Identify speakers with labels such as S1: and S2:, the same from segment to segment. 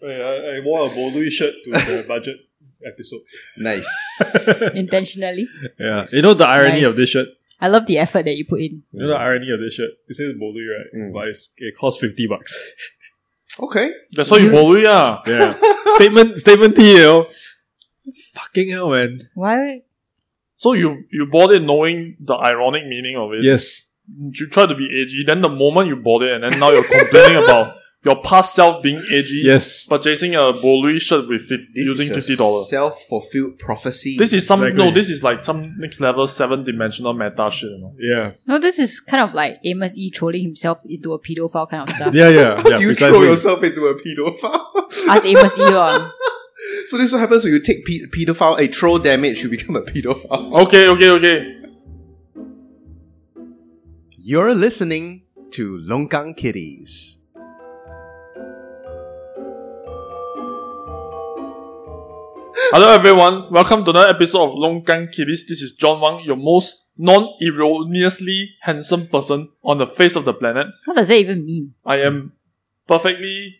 S1: Wait, I, I wore a Bolu shirt to the budget episode.
S2: Nice.
S3: intentionally.
S1: Yeah, you know the irony
S3: Nice.
S1: of this shirt.
S3: I love the effort that you put in.
S1: You know the irony of this shirt. It says Bolu, right?
S2: Mm.
S1: But it's, it costs fifty bucks.
S2: Okay.
S4: That's why you
S3: You-
S4: bolu yeah.
S1: Yeah. statement statement T, you know. Fucking hell, man.
S3: Why?
S4: So you you bought it knowing the ironic meaning of it.
S1: Yes.
S4: You tried to be edgy. Then the moment you bought it, and then now you're complaining about your past self being edgy.
S1: Yes.
S4: Purchasing a bolu shirt with fif- using fifty dollars.
S2: Self fulfilled prophecy.
S4: This is some
S1: Exactly.
S4: no. This is like some next level seven dimensional meta shit. You know?
S1: Yeah.
S3: No, this is kind of like Amos E trolling himself into a pedophile kind of stuff.
S1: Yeah, yeah.
S2: How
S1: yeah
S2: do you throw
S1: precisely.
S2: yourself into a pedophile?
S3: Ask Amos E on.
S2: so this is what happens when you take pe- pedophile a troll damage, you become a pedophile.
S4: Okay, okay, okay.
S2: You're listening to Longkang Kitties.
S4: Hello everyone. Welcome to another episode of Longgang Kibis. This is John Wang, your most non-erroneously handsome person on the face of the planet.
S3: What does that even mean?
S4: I am perfectly.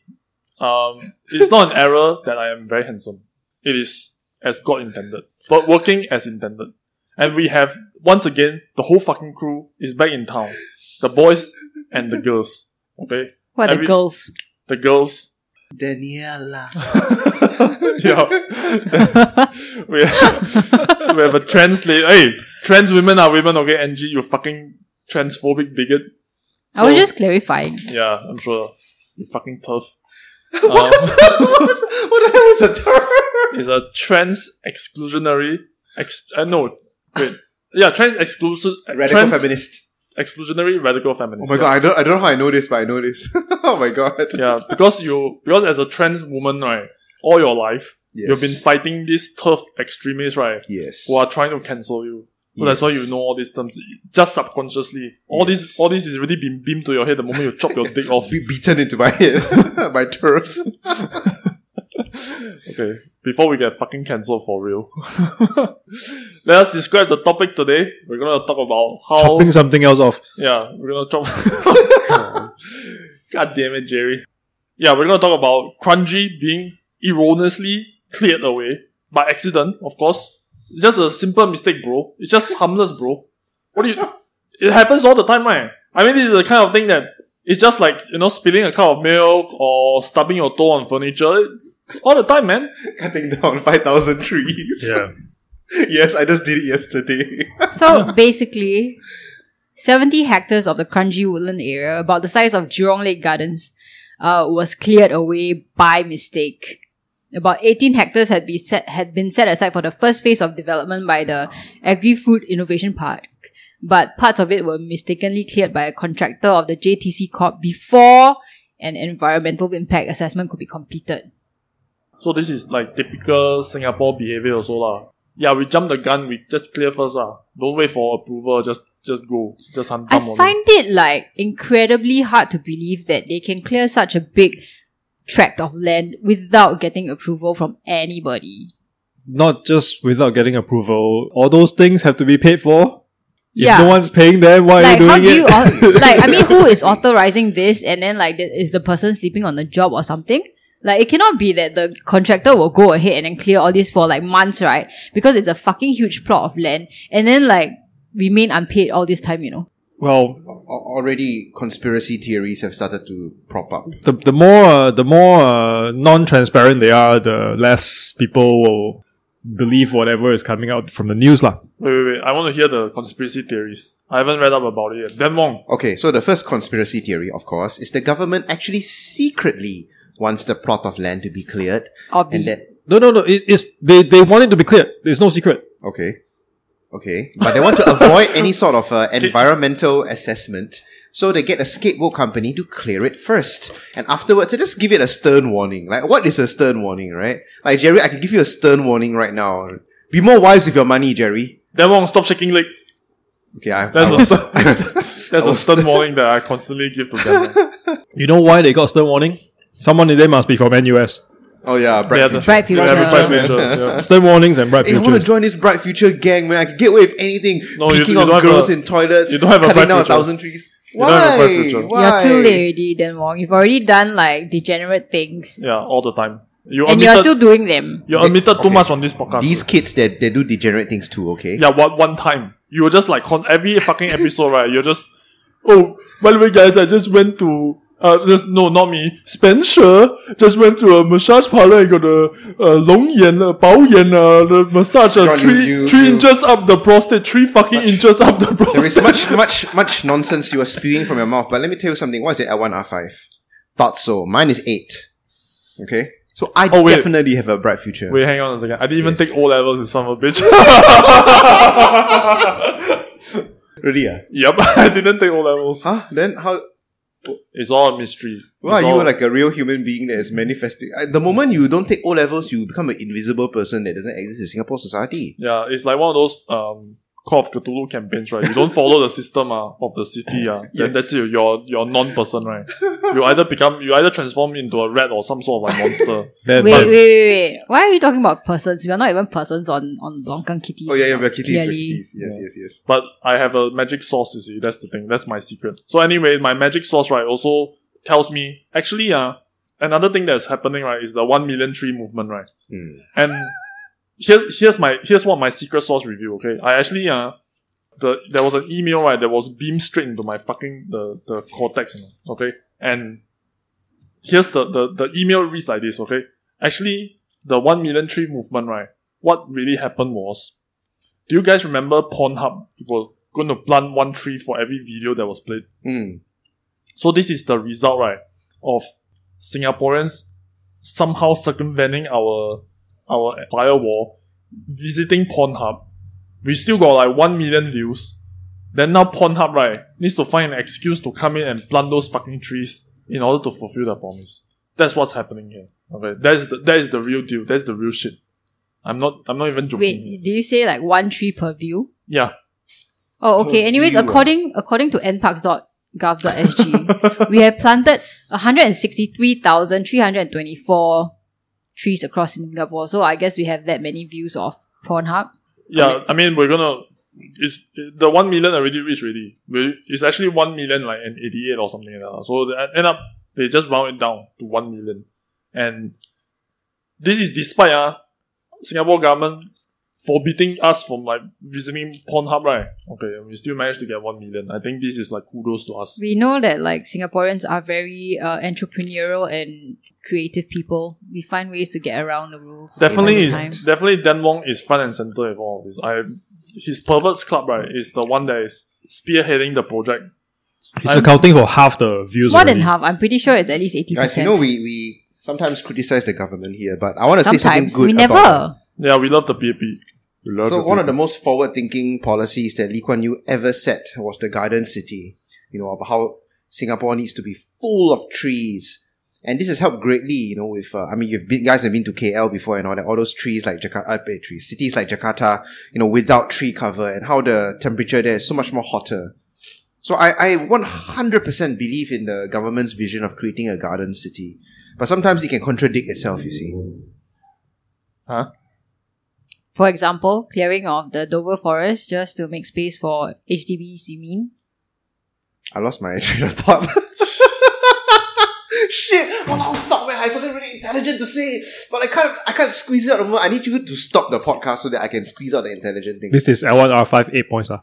S4: Um, it's not an error that I am very handsome. It is as God intended, but working as intended. And we have once again the whole fucking crew is back in town, the boys and the girls. Okay,
S3: What are
S4: Every-
S3: the girls?
S4: the girls.
S2: Daniela.
S4: yeah, we have, we have a trans lady. Hey, trans women are women. Okay, Angie, you fucking transphobic bigot.
S3: I was
S4: So-
S3: just clarifying.
S4: Yeah, I'm sure you fucking tough.
S2: what,
S4: Um,
S2: the, what the hell is a term?
S4: is a trans exclusionary ex uh, no wait yeah trans exclusive
S2: Radical
S4: trans
S2: feminist.
S4: exclusionary radical
S2: Oh
S4: feminist.
S2: my god, I don't, I don't know how I know this, but I know this. oh my god.
S4: Yeah, because you because as a trans woman, right, all your life
S2: Yes.
S4: you've been fighting these tough extremists, right,
S2: Yes.
S4: who are trying to cancel you. So that's why you
S2: Yes.
S4: know all these terms just subconsciously. All
S2: Yes.
S4: this all this is already been beamed to your head the moment you chop your dick off.
S2: Be- beaten into my head by terms.
S4: Okay, before we get fucking cancelled for real, let us describe the topic today. We're gonna talk about how
S1: Chopping something else off.
S4: Yeah, we're gonna talk. God damn it, Jerry. Yeah, we're gonna talk about Crunchy being erroneously cleared away by accident, of course. It's just a simple mistake, bro. It's just harmless, bro. What do you? It happens all the time, right? I mean, this is the kind of thing that it's just like you know spilling a cup of milk or stubbing your toe on furniture It's all the time, man.
S2: Cutting down 5,000 trees. yes, I just did it yesterday.
S3: So basically, 70 hectares of the Kranji woodland area, about the size of Jurong Lake Gardens, uh, was cleared away by mistake. About 18 hectares had, be set, had been set aside for the first phase of development by the Agri Food Innovation Park, but parts of it were mistakenly cleared by a contractor of the JTC Corp before an environmental impact assessment could be completed.
S4: So this is like typical Singapore behavior also lah. Yeah, we jump the gun, we just clear first lah. Don't wait for approval, just just go. Just hunt
S3: I
S4: dumb only.
S3: find it like incredibly hard to believe that they can clear such a big tract of land without getting approval from anybody.
S1: Not just without getting approval. All those things have to be paid for. If
S3: yeah.
S1: no one's paying them, why
S3: like
S1: are
S3: how
S1: you
S3: do
S1: doing
S3: you
S1: it?
S3: au- like I mean who is authorizing this and then like th- is the person sleeping on the job or something? Like it cannot be that the contractor will go ahead and then clear all this for like months, right? Because it's a fucking huge plot of land and then like remain unpaid all this time, you know.
S1: well,
S2: Already, conspiracy theories have started to prop up.
S1: the, the more uh, the more uh, non-transparent they are, the less people will believe whatever is coming out from the news lah.
S4: Wait, wait, wait. I want to hear the conspiracy theories. I haven't read up about it yet. Dan Wong.
S2: Okay, so the first conspiracy theory, of course, is the government actually secretly wants the plot of land to be cleared, and
S3: Obviously.
S2: that
S1: No, no, no. It, it's they they want it to be clear. There's no secret.
S2: okay, okay, but they want to avoid any sort of uh, environmental assessment, so they get a scapegoat company to clear it first, and afterwards they just give it a stern warning. Like, what is a stern warning, right? Like Jerry, I can give you a stern warning right now. Be more wise with your money, Jerry.
S4: Dan Wong, stop shaking leg.
S2: Okay, I,
S4: That's
S2: I
S4: a
S2: was-
S4: That's
S2: I
S4: a
S2: was-
S4: stern warning that I constantly give to Dan Wong.
S1: You know why they got stern warning? Someone in there must be from NUS.
S2: Oh yeah,
S4: They
S2: bright
S4: are
S2: future.
S4: the-
S3: Bright
S4: they have a
S3: future.
S4: bright future, yeah.
S1: Stern warnings and bright
S2: Hey, I want to
S1: futures.
S2: join this bright future gang, man. I can get away with anything.
S4: No, you-
S2: Picking
S4: you
S2: on
S4: don't have
S2: girls
S4: a-
S2: in toilets.
S4: you don't have a
S2: cutting
S4: bright
S2: down a
S4: future.
S2: thousand trees.
S1: You don't have a preference,
S2: Why?
S1: John.
S2: Why?
S3: You're too late already, then Wong. You've already done like degenerate things.
S4: Yeah, all the time. You
S3: And
S4: admitted
S3: you're still doing them.
S4: you
S2: Okay,
S4: admitted
S2: okay.
S4: too much on this podcast.
S2: These kids that they, do degenerate things too, okay?
S4: yeah, one one time you were just like con- every fucking episode, right? You're just oh by the way, guys, I just went to. Uh, just, no, not me. Spencer just went to a massage parlor and got a uh, long yan, uh, bao yan, uh, the massage uh,
S2: John,
S4: three,
S2: you-
S4: three
S2: you-
S4: inches up the prostate, three fucking inches up the prostate.
S2: There is much, much, much nonsense you are spewing from your mouth. But let me tell you something. What is it? L one R five. Thought so. Mine is eight. Okay. So I
S4: Oh, wait.
S2: definitely have a bright future.
S4: Wait, hang on a second. I didn't even take O levels, you son of a bitch.
S2: Really? Yeah.
S4: yep, I didn't take O levels.
S2: Huh? Then how?
S4: It's all a mystery.
S2: Why
S4: It's
S2: are you
S4: all-
S2: like a real human being that is manifesting? Uh, The moment you don't take O levels, you become an invisible person that doesn't exist in Singapore society.
S4: Yeah, it's like one of those um Call of Cthulhu campaigns, right? You don't follow the system uh, of the city, uh,
S2: Yes.
S4: then that's you. You're you're non person, right? You either become you either transform into a rat or some sort of a monster.
S1: Then,
S3: Wait, wait, wait, wait. Why are you talking about persons? We are not even persons on, on Longkang Kitties.
S2: Oh yeah, yeah, we're kitties, we're
S3: Clearly.
S2: kitties. Yes, yes, yes.
S4: But I have a magic sauce, you see. That's the thing. That's my secret. So anyway, my magic sauce, right, also tells me actually, uh, another thing that's happening, right, is the one million tree movement, right?
S2: Hmm.
S4: And here, here's my here's what my secret source review. Okay, I actually uh, the there was an email right that was beamed straight into my fucking the the cortex. You know, okay, and here's the the the email reads like this. Okay, actually the one million tree movement right. What really happened was, do you guys remember Pornhub were going to plant one tree for every video that was played?
S2: Hmm.
S4: So this is the result, right, of Singaporeans somehow circumventing our our firewall, visiting Pornhub. We still got like one million views. Then now Pornhub, right, needs to find an excuse to come in and plant those fucking trees in order to fulfill their promise. That's what's happening here. Okay, that's the that is the real deal. That's the real shit. I'm not. I'm not even joking.
S3: Wait, do you say like one tree per view?
S4: Yeah.
S3: Oh,
S2: Per
S3: okay. Anyways,
S2: view, ah.
S3: according according to nparks.gov.sg, we have planted 163,324 trees across Singapore. So I guess we have that many views of Pornhub.
S4: Yeah, I mean, we're gonna. It's the one million already reached already. We, it's actually one million like an eighty-eight or something like that. So they end up they just round it down to one million, and this is despite uh, Singapore government forbidding us from like visiting Pornhub, right? Okay, and we still managed to get one million. I think this is like kudos to us.
S3: We know that like Singaporeans are very uh, entrepreneurial and creative people. We find ways to get around the rules. all
S4: Definitely
S3: the
S4: is
S3: time.
S4: definitely Dan Wong is front and center of all of this. I his perverts club right is the one that is spearheading the project.
S1: He's accounting for half the views.
S3: More than
S1: already.
S3: half. I'm pretty sure it's at least 80%.
S2: Guys, you know we we sometimes criticize the government here, but I want to say something
S3: Sometimes.
S2: good.
S3: We
S2: about them.
S3: never.
S4: Yeah, we love the PAP.
S2: So one of the most forward-thinking policies that Lee Kuan Yew ever set was the Garden City. You know about how Singapore needs to be full of trees, and this has helped greatly. You know, with uh, I mean, you've been, you guys have been to KL before and all that. All those trees like Jakarta, uh, eh, trees, cities like Jakarta, you know, without tree cover, and how the temperature there is so much more hotter. So I, I 100% believe in the government's vision of creating a garden city, but sometimes it can contradict itself. You see,
S3: For example, clearing of the Dover forest just to make space for HDBs, you mean?
S2: I lost my train of thought. Shit! Wow, fuck man, I had something really intelligent to say, but I can't. I can't squeeze it out. Of my, I need you to stop the podcast so that I can squeeze out the intelligent thing.
S1: This is L1R5 8 points. ah.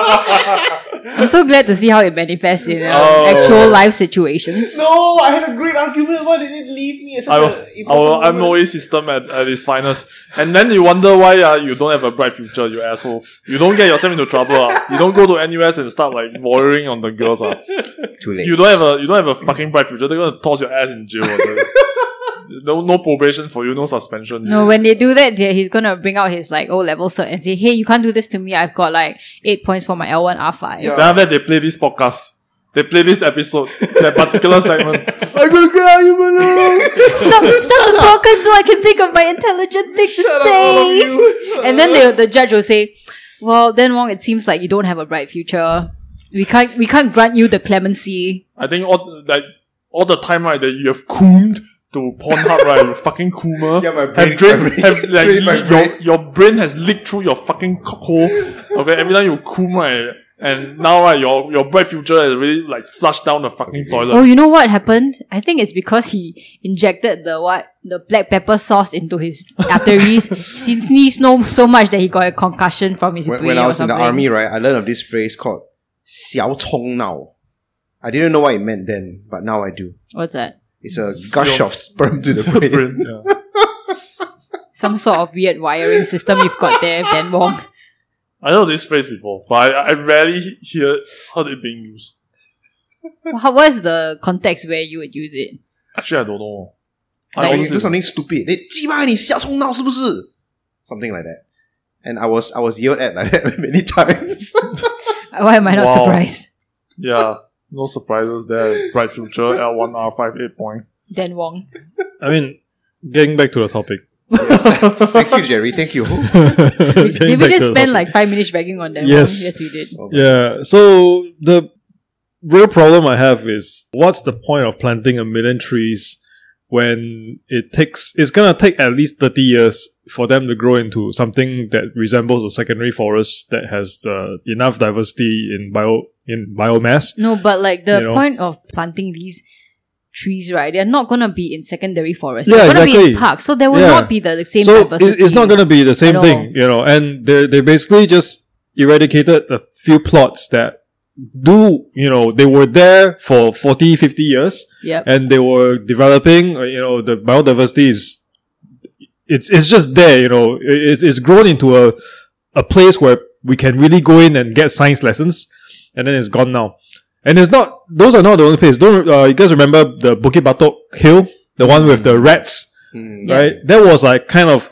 S3: I'm so glad to see how it manifests in uh,
S4: Oh.
S3: actual life situations.
S2: no, I had a great argument. Why did it leave me? It's such
S4: our,
S2: a important
S4: our
S2: moment.
S4: MOA system at, at its finest. And then you wonder why uh, you don't have a bright future, you asshole. You don't get yourself into trouble. Uh. You don't go to NUS and start like warring on the girls. Uh.
S2: Too late.
S4: You don't have a you don't have a fucking bright future. They're gonna toss your ass in jail. uh, they- no no probation for you, no suspension.
S3: No, when they do that, they- he's gonna bring out his like O level cert and say, "Hey, you can't do this to me. I've got like eight points for my L one R five.
S2: Yeah.
S4: Then after that, they play this podcast. They play this episode, that particular segment. I'm gonna get out you alone.
S3: Stop, stop the podcast so I can think of my intelligent thing to
S2: Shut up, all of
S3: say."
S2: you.
S3: And then they, the judge will say, "Well, then Wong, it seems like you don't have a bright future. We can't, we can't grant you the clemency."
S4: I think all like all the time right that you have coomed to Pornhub right, you fucking coomer.
S2: Yeah, my brain-
S4: have drained,
S2: my brain-
S4: have, like,
S2: drained my
S4: leaked-
S2: brain.
S4: Your, your brain has leaked through your fucking cock hole. Okay, every time you coom right, And now, right, your your bright future is really like flushed down the fucking toilet.
S3: Oh, you know what happened? I think it's because he injected the what the black pepper sauce into his arteries. he sneezed no, so much that he got a concussion from his
S2: when,
S3: brain.
S2: when I
S3: or
S2: was in the
S3: something.
S2: army, right, I learned of this phrase called "xiao chong now." I didn't know what it meant then, but now I do.
S3: What's that?
S2: It's a gush of sperm to the brain.
S4: Brain, yeah.
S3: Some sort of weird wiring system you've got there, Ben Wong.
S4: I know this phrase before, but I, I rarely hear heard it being used.
S3: How was the context where you would use it?
S4: Actually, I don't know.
S3: Like
S2: when
S4: I
S2: you
S4: honestly-
S2: do something stupid, they "鸡巴你小冲闹是不是?" Something like that. And I was I was yelled at like that many times.
S3: Why am I not
S4: Wow.
S3: surprised?
S4: yeah, no surprises there. Bright future L one R five eight point.
S3: Ben Wong.
S1: I mean, getting back to the topic.
S2: Thank you, Jerry. Thank you.
S1: Getting
S3: Did we
S1: back to the
S3: just spend
S1: topic.
S3: like five minutes begging on them?
S1: Yes.
S3: Yes, we did.
S1: Yeah. So the real problem I have is what's the point of planting a million trees when it takes it's gonna take at least thirty years for them to grow into something that resembles a secondary forest that has uh, enough diversity in bio in biomass.
S3: No, but like the
S1: You know?
S3: point of planting these trees, right? They're not gonna be in secondary forests.
S1: Yeah,
S3: they're gonna be in
S1: exactly.
S3: parks, so there will
S1: Yeah.
S3: not be the, the same
S1: so
S3: diversity.
S1: it- it's not going to be the same
S3: at
S1: thing,
S3: all.
S1: you know. And they they basically just eradicated a few plots that do you know they were there for 40 50 years
S3: Yep.
S1: and they were developing uh, you know the biodiversity is it's it's just there you know It- it's, it's grown into a a place where we can really go in and get science lessons and then it's gone now and it's not those are not the only place don't uh, you guys remember the Bukit Batok hill the one with the rats
S2: Hmm.
S3: Yeah.
S1: right? That was like kind of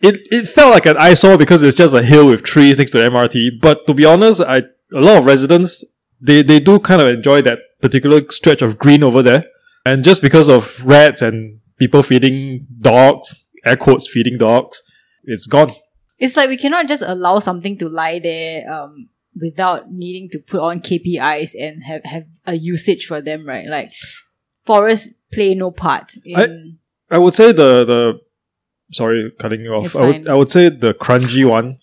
S1: it. It felt like an eyesore because it's just a hill with trees next to the MRT. But to be honest, I a lot of residents they they do kind of enjoy that particular stretch of green over there, and just because of rats and people feeding dogs, air quotes feeding dogs, it's gone.
S3: It's like we cannot just allow something to lie there um, without needing to put on KPIs and have, have a usage for them, right? Like forests play no part in
S1: I- I would say the the sorry cutting you off.
S3: It's
S1: I would
S3: fine.
S1: I would say the crunchy one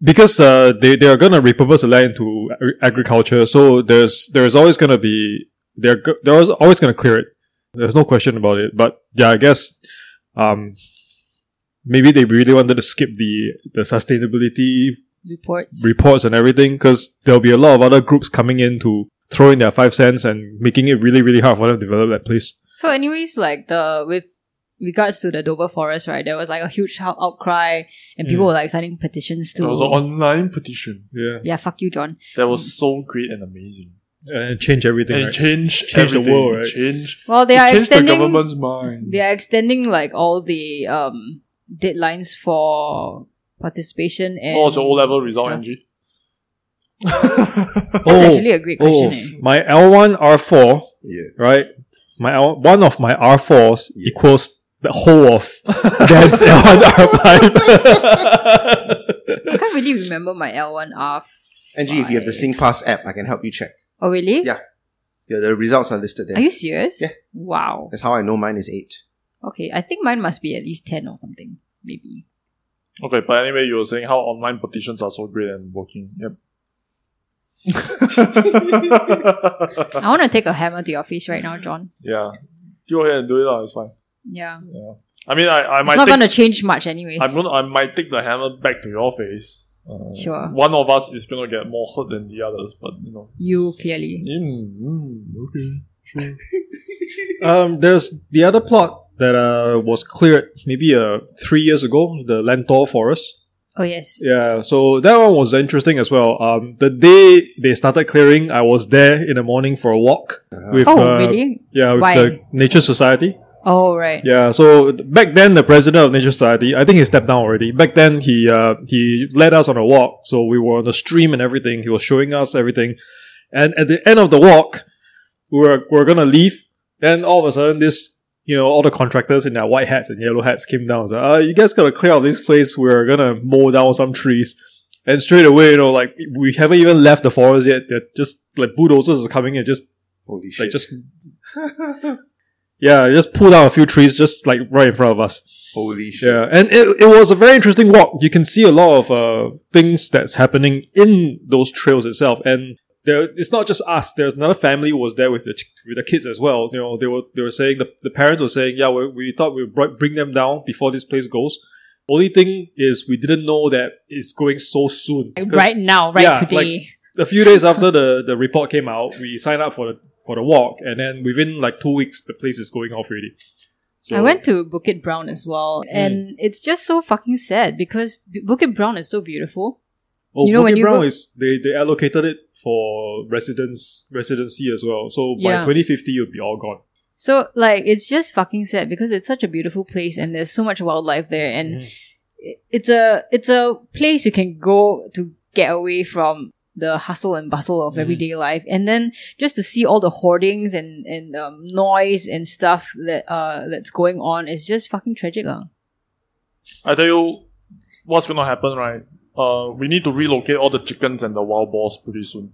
S1: because uh, they they are gonna repurpose the land into agri- agriculture. So there's there's always gonna be they're go- they're always- always gonna clear it. There's no question about it. But yeah, I guess um maybe they really wanted to skip the the sustainability
S3: reports.
S1: reports and everything because there'll be a lot of other groups coming in to throw in their five cents and making it really really hard for them to develop that place.
S3: so, anyways, like the with regards to the Dover forest, right? There was like a huge out- outcry, and people
S1: Mm.
S3: were like signing petitions
S4: There
S3: to.
S4: was an online petition
S1: Yeah,
S3: yeah, fuck you, John.
S4: that was so great and amazing.
S1: and change everything.
S4: And
S1: right?
S4: it changed,
S1: Changed the
S4: everything.
S1: world,
S4: It
S1: right?
S4: Changed,
S3: Well, they
S4: it
S3: are
S4: changed the
S3: extending.
S4: government's mind.
S3: they are extending like all the um deadlines for participation and.
S4: Oh, it's your O level result,
S3: stuff.
S4: Angie.
S3: That's
S2: Oh,
S1: Oh,
S3: actually a great question. eh?
S1: my L1 R4,
S2: Yeah.
S1: right? My L- one of my R4s
S2: Yeah.
S1: equals the whole of Dan's L1 R5.
S3: I can't really remember my L1R.
S2: Angie, if you have the SingPass app, I can help you check.
S3: Oh, really?
S2: Yeah. Yeah, the results are listed
S3: Are
S2: there.
S3: you serious?
S2: Yeah.
S3: Wow.
S2: That's how I know mine is eight.
S3: Okay, I think mine must be at least 10 or something, maybe.
S4: okay, but anyway, you were saying how online petitions are so great and working. Yep. Uh.
S3: I want to take a hammer to your face right now, John.
S4: yeah. Go ahead and do it. lah, It's fine.
S3: Yeah.
S4: I mean, I, I
S3: It's
S4: might
S3: not
S4: take
S3: going to change much, anyways.
S4: I'm gonna, I might take the hammer back to your face. Uh,
S3: Sure.
S4: One of us is gonna get more hurt than the others, but you know.
S3: you, clearly.
S4: Mm, mm, okay.
S1: um, there's the other plot that uh, was cleared maybe uh, three years ago, the Lentor Forest.
S3: Oh, yes.
S1: Yeah, so that one was interesting as well. Um, the day they started clearing, I was there in the morning for a walk with
S3: oh,
S1: uh,
S3: really?
S1: yeah with
S3: Why?
S1: the Nature Society.
S3: Oh, right.
S1: Yeah, so th- back then the president of Nature Society, I think he stepped down already. Back then he uh, he led us on a walk, so we were on the stream and everything. He was showing us everything, and at the end of the walk, we were we are gonna leave. Then all of a sudden, this you know all the contractors in their white hats and yellow hats came down. and said, uh, you guys gotta clear out this place. We're gonna mow down some trees. And straight away, you know, like we haven't even left the forest yet. They're just like bulldozers are coming and just
S2: Holy shit.
S1: like just yeah, just pull down a few trees just like right in front of us.
S2: Holy shit.
S1: Yeah, and it, it was a very interesting walk. You can see a lot of uh, things that's happening in those trails itself, and there, it's not just us. There's another family who was there with the ch- with the kids as well. You know, they were they were saying the, the parents were saying, yeah, we, we thought we'd br- bring them down before this place goes. Only thing is, we didn't know that it's going so soon. 'Cause
S3: right now, right
S1: yeah,
S3: today.
S1: a few days after the, the report came out, we signed up for the for the walk, and then within like two weeks, the place is going off already. So,
S3: I went to Bukit Brown as well, and it's just so fucking sad because Bu- Bukit Brown is so beautiful.
S1: Oh,
S3: You know, when
S1: Bukit
S3: you
S1: Brown
S3: go-
S1: is they, they allocated it for residence residency as well. So by
S3: Yeah.
S1: 2050, it'll be all gone.
S3: So like it's just fucking sad because it's such a beautiful place and there's so much wildlife there and
S1: Mhm.
S3: i- it's a it's a place you can go to get away from the hustle and bustle of
S1: Mhm.
S3: everyday life and then just to see all the hoardings and and um, noise and stuff that uh that's going on is just fucking tragic. Uh.
S4: I tell you what's gonna happen, right? Uh, we need to relocate all the chickens and the wild boars pretty soon.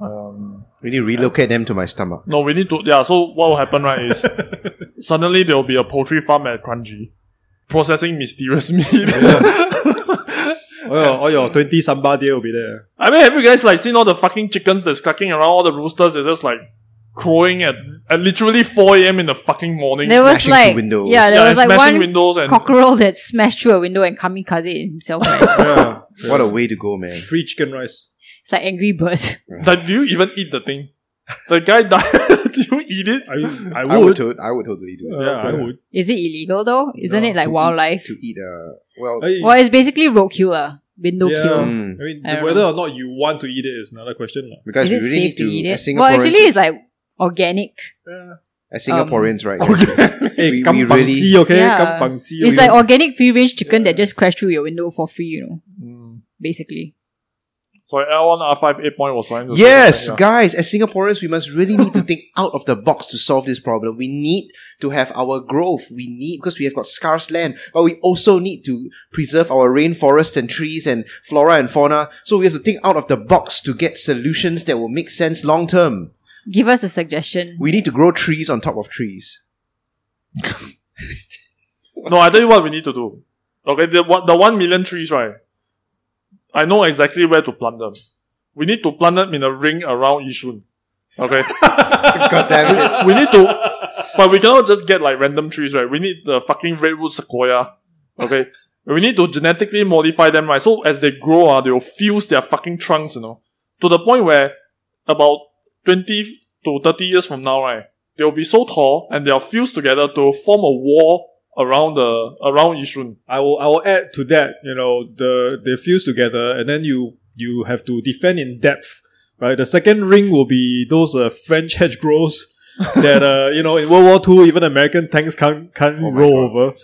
S4: Um,
S2: We need to relocate them to my stomach.
S4: no, we need to. Yeah. So what will happen, right? Is suddenly there will be a poultry farm at Kranji, processing mysterious meat.
S1: All your, Oh, all your 20 samba day will be there.
S4: I mean, have you guys like seen all the fucking chickens that's clucking around? All the roosters is just like crowing at, at literally four a.m. in the fucking morning.
S3: There was
S2: smashing
S3: like
S2: through windows.
S3: yeah, there
S4: yeah,
S3: was
S4: and
S3: like
S4: smashing
S3: one
S4: windows and
S3: cockerel that smashed through a window and kamikaze himself. right?
S1: Yeah.
S2: What a way to go, man.
S1: Free chicken rice.
S3: it's like Angry Birds.
S4: like, do you even eat the thing? The guy died. do you eat it?
S1: I, mean, I would.
S2: I would, to- I would totally do it.
S1: yeah, I would.
S3: Is it illegal though? Isn't
S1: No,
S3: it like
S2: to eat-
S3: wildlife?
S2: To eat, uh, well,
S1: I, um,
S3: Well, it's basically roadkill, lah. window
S1: Yeah.
S3: kill.
S2: mm,
S1: I mean,
S3: I don't
S1: whether or not you want to eat it is another question. lah.
S2: because
S3: Is
S2: we
S3: it
S2: really
S3: safe
S2: need
S3: to, eat
S2: to, as
S3: it?
S2: Singaporeans,
S3: Well, actually, it's like organic.
S2: as Singaporeans,
S3: um,
S2: right?
S1: Hey,
S2: we, we
S1: kampang
S2: really,
S1: tea, okay?
S3: Yeah.
S1: Kampang tea.
S3: It's
S1: okay?
S3: like organic free range chicken that just crashed through your window for free, you know,
S4: Mm.
S3: basically.
S4: So L one R five eight point was trying to say
S2: yes,
S4: that, yeah.
S2: guys, as Singaporeans, we must really need to think out of the box to solve this problem. We need to have our growth. We need, because we have got scarce land, but we also need to preserve our rainforests and trees and flora and fauna. So we have to think out of the box to get solutions that will make sense long term.
S3: Give us a suggestion.
S2: We need to grow trees on top of trees.
S4: No, I tell you what we need to do. Okay, the one, the one million trees, right? I know exactly where to plant them. We need to plant them in a ring around Yishun. Okay,
S2: God damn it.
S4: we need to, but we cannot just get like random trees, right? We need the fucking redwood sequoia. Okay, we need to genetically modify them, right? So as they grow, ah, they will fuse their fucking trunks, you know, to the point where about twenty to thirty years from now, right? They will be so tall and they are fused together to form a wall around the around Yishun.
S1: I will I will add to that, you know, the they fuse together and then you you have to defend in depth. Right? The second ring will be those uh, French hedgerows that uh, you know in World War II even American tanks can't can't
S2: Oh my
S1: roll
S2: God.
S1: over.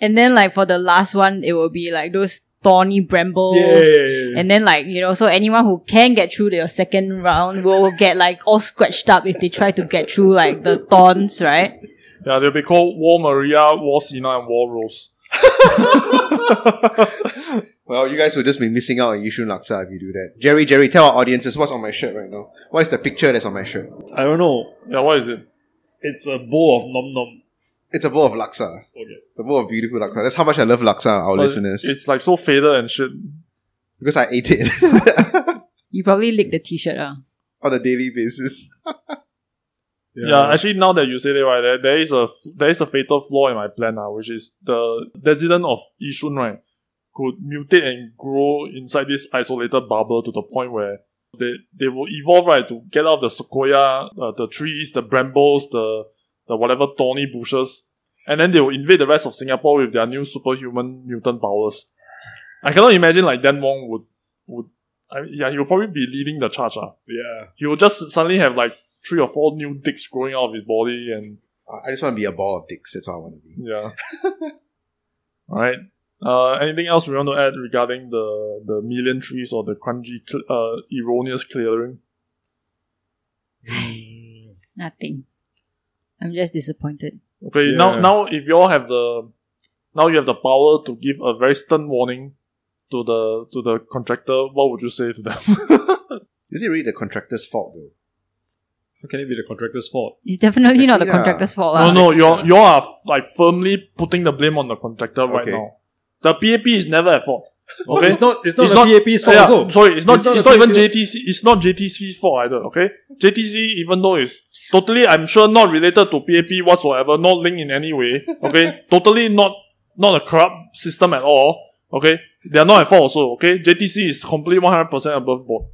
S3: And then, like, for the last one, it will be like those thorny brambles.
S1: Yeah, yeah, yeah, yeah.
S3: And then, like, you know, so anyone who can get through their second round will get, like, all scratched up if they try to get through, like, the thorns, right?
S4: Yeah, they'll be called War Maria, War Sina, and War Rose.
S2: Well, you guys will just be missing out on Yishun Laksa if you do that. Jerry, Jerry, tell our audiences what's on my shirt right now. What is the picture that's on my shirt?
S1: I don't know.
S4: Yeah, what is it?
S1: It's a bowl of nom nom.
S2: It's a bowl of laksa.
S1: Okay.
S2: It's a bowl of beautiful laksa. That's how much I love laksa, our listeners.
S4: It's like so faded and shit.
S2: because I ate it
S3: You probably lick the t-shirt, ah.
S2: on a daily basis.
S4: Yeah. actually, now that you say that, right, there, there is a there is a fatal flaw in my plan, uh, which is the resident of Yishun, right, could mutate and grow inside this isolated bubble to the point where they they will evolve, right, to get out of the sequoia, uh, the trees, the brambles, the the whatever thorny bushes, and then they will invade the rest of Singapore with their new superhuman mutant powers. I cannot imagine like Dan Wong would would. I mean, yeah, he will probably be leading the charge. Uh.
S1: yeah.
S4: He will just suddenly have like three or four new dicks growing out of his body and
S2: I- I just want to be a ball of dicks. That's all I want to be.
S4: yeah. Alright. Uh, anything else we want to add regarding the, the million trees or the crunchy cl- uh, erroneous clearing?
S3: Nothing. I'm just disappointed.
S4: Okay,
S1: Yeah.
S4: now now if you all have the now you have the power to give a very stern warning to the to the contractor, what would you say to them?
S2: Is it really the contractor's fault though?
S1: How can it be the contractor's fault?
S3: It's definitely not the
S2: Exactly lah.
S3: contractor's fault. ah.
S4: No,
S3: lah.
S4: no, you're you are like firmly putting the blame on the contractor right
S2: Okay.
S4: now. The PAP is never at fault. Okay,
S1: It's not. It's not
S4: It's
S1: the
S4: not-
S1: PAP's fault.
S4: Yeah,
S1: also.
S4: sorry, it's not.
S1: It's
S4: It's
S1: not
S4: not,
S1: the
S4: even
S1: PAP.
S4: JTC. It's not JTC's fault either. Okay, JTC even though it's totally, I'm sure not related to PAP whatsoever, not linked in any way. Okay, totally not not a corrupt system at all. Okay, they are not at fault also. Okay, JTC is completely 100 percent above board.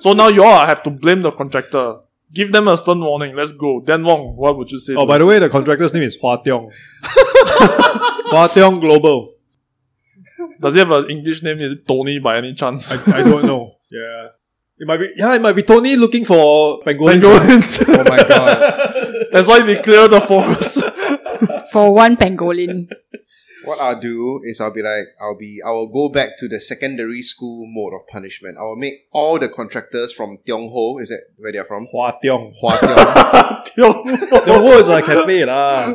S4: So now you all have to blame the contractor. Give them a stern warning. Let's go. Then Wong, what would you say?
S1: Oh,
S4: to
S1: by the
S4: them?
S1: way, the contractor's name is Hua Tiong. Hua Tiong Global.
S4: Does he have an English name? Is it Tony by any chance?
S1: I don't know. Yeah. It might be yeah, it might be Tony looking for Pangolin.
S2: Oh my god.
S4: That's why they clear the forest.
S3: For one pangolin.
S2: What I'll do is I'll be like I'll be I will go back to the secondary school mode of punishment. I will make all the contractors from Tiong Ho, is that where they're from?
S1: Hua Tiong.
S2: Hua Tiong.
S1: The whole is like cafe lah.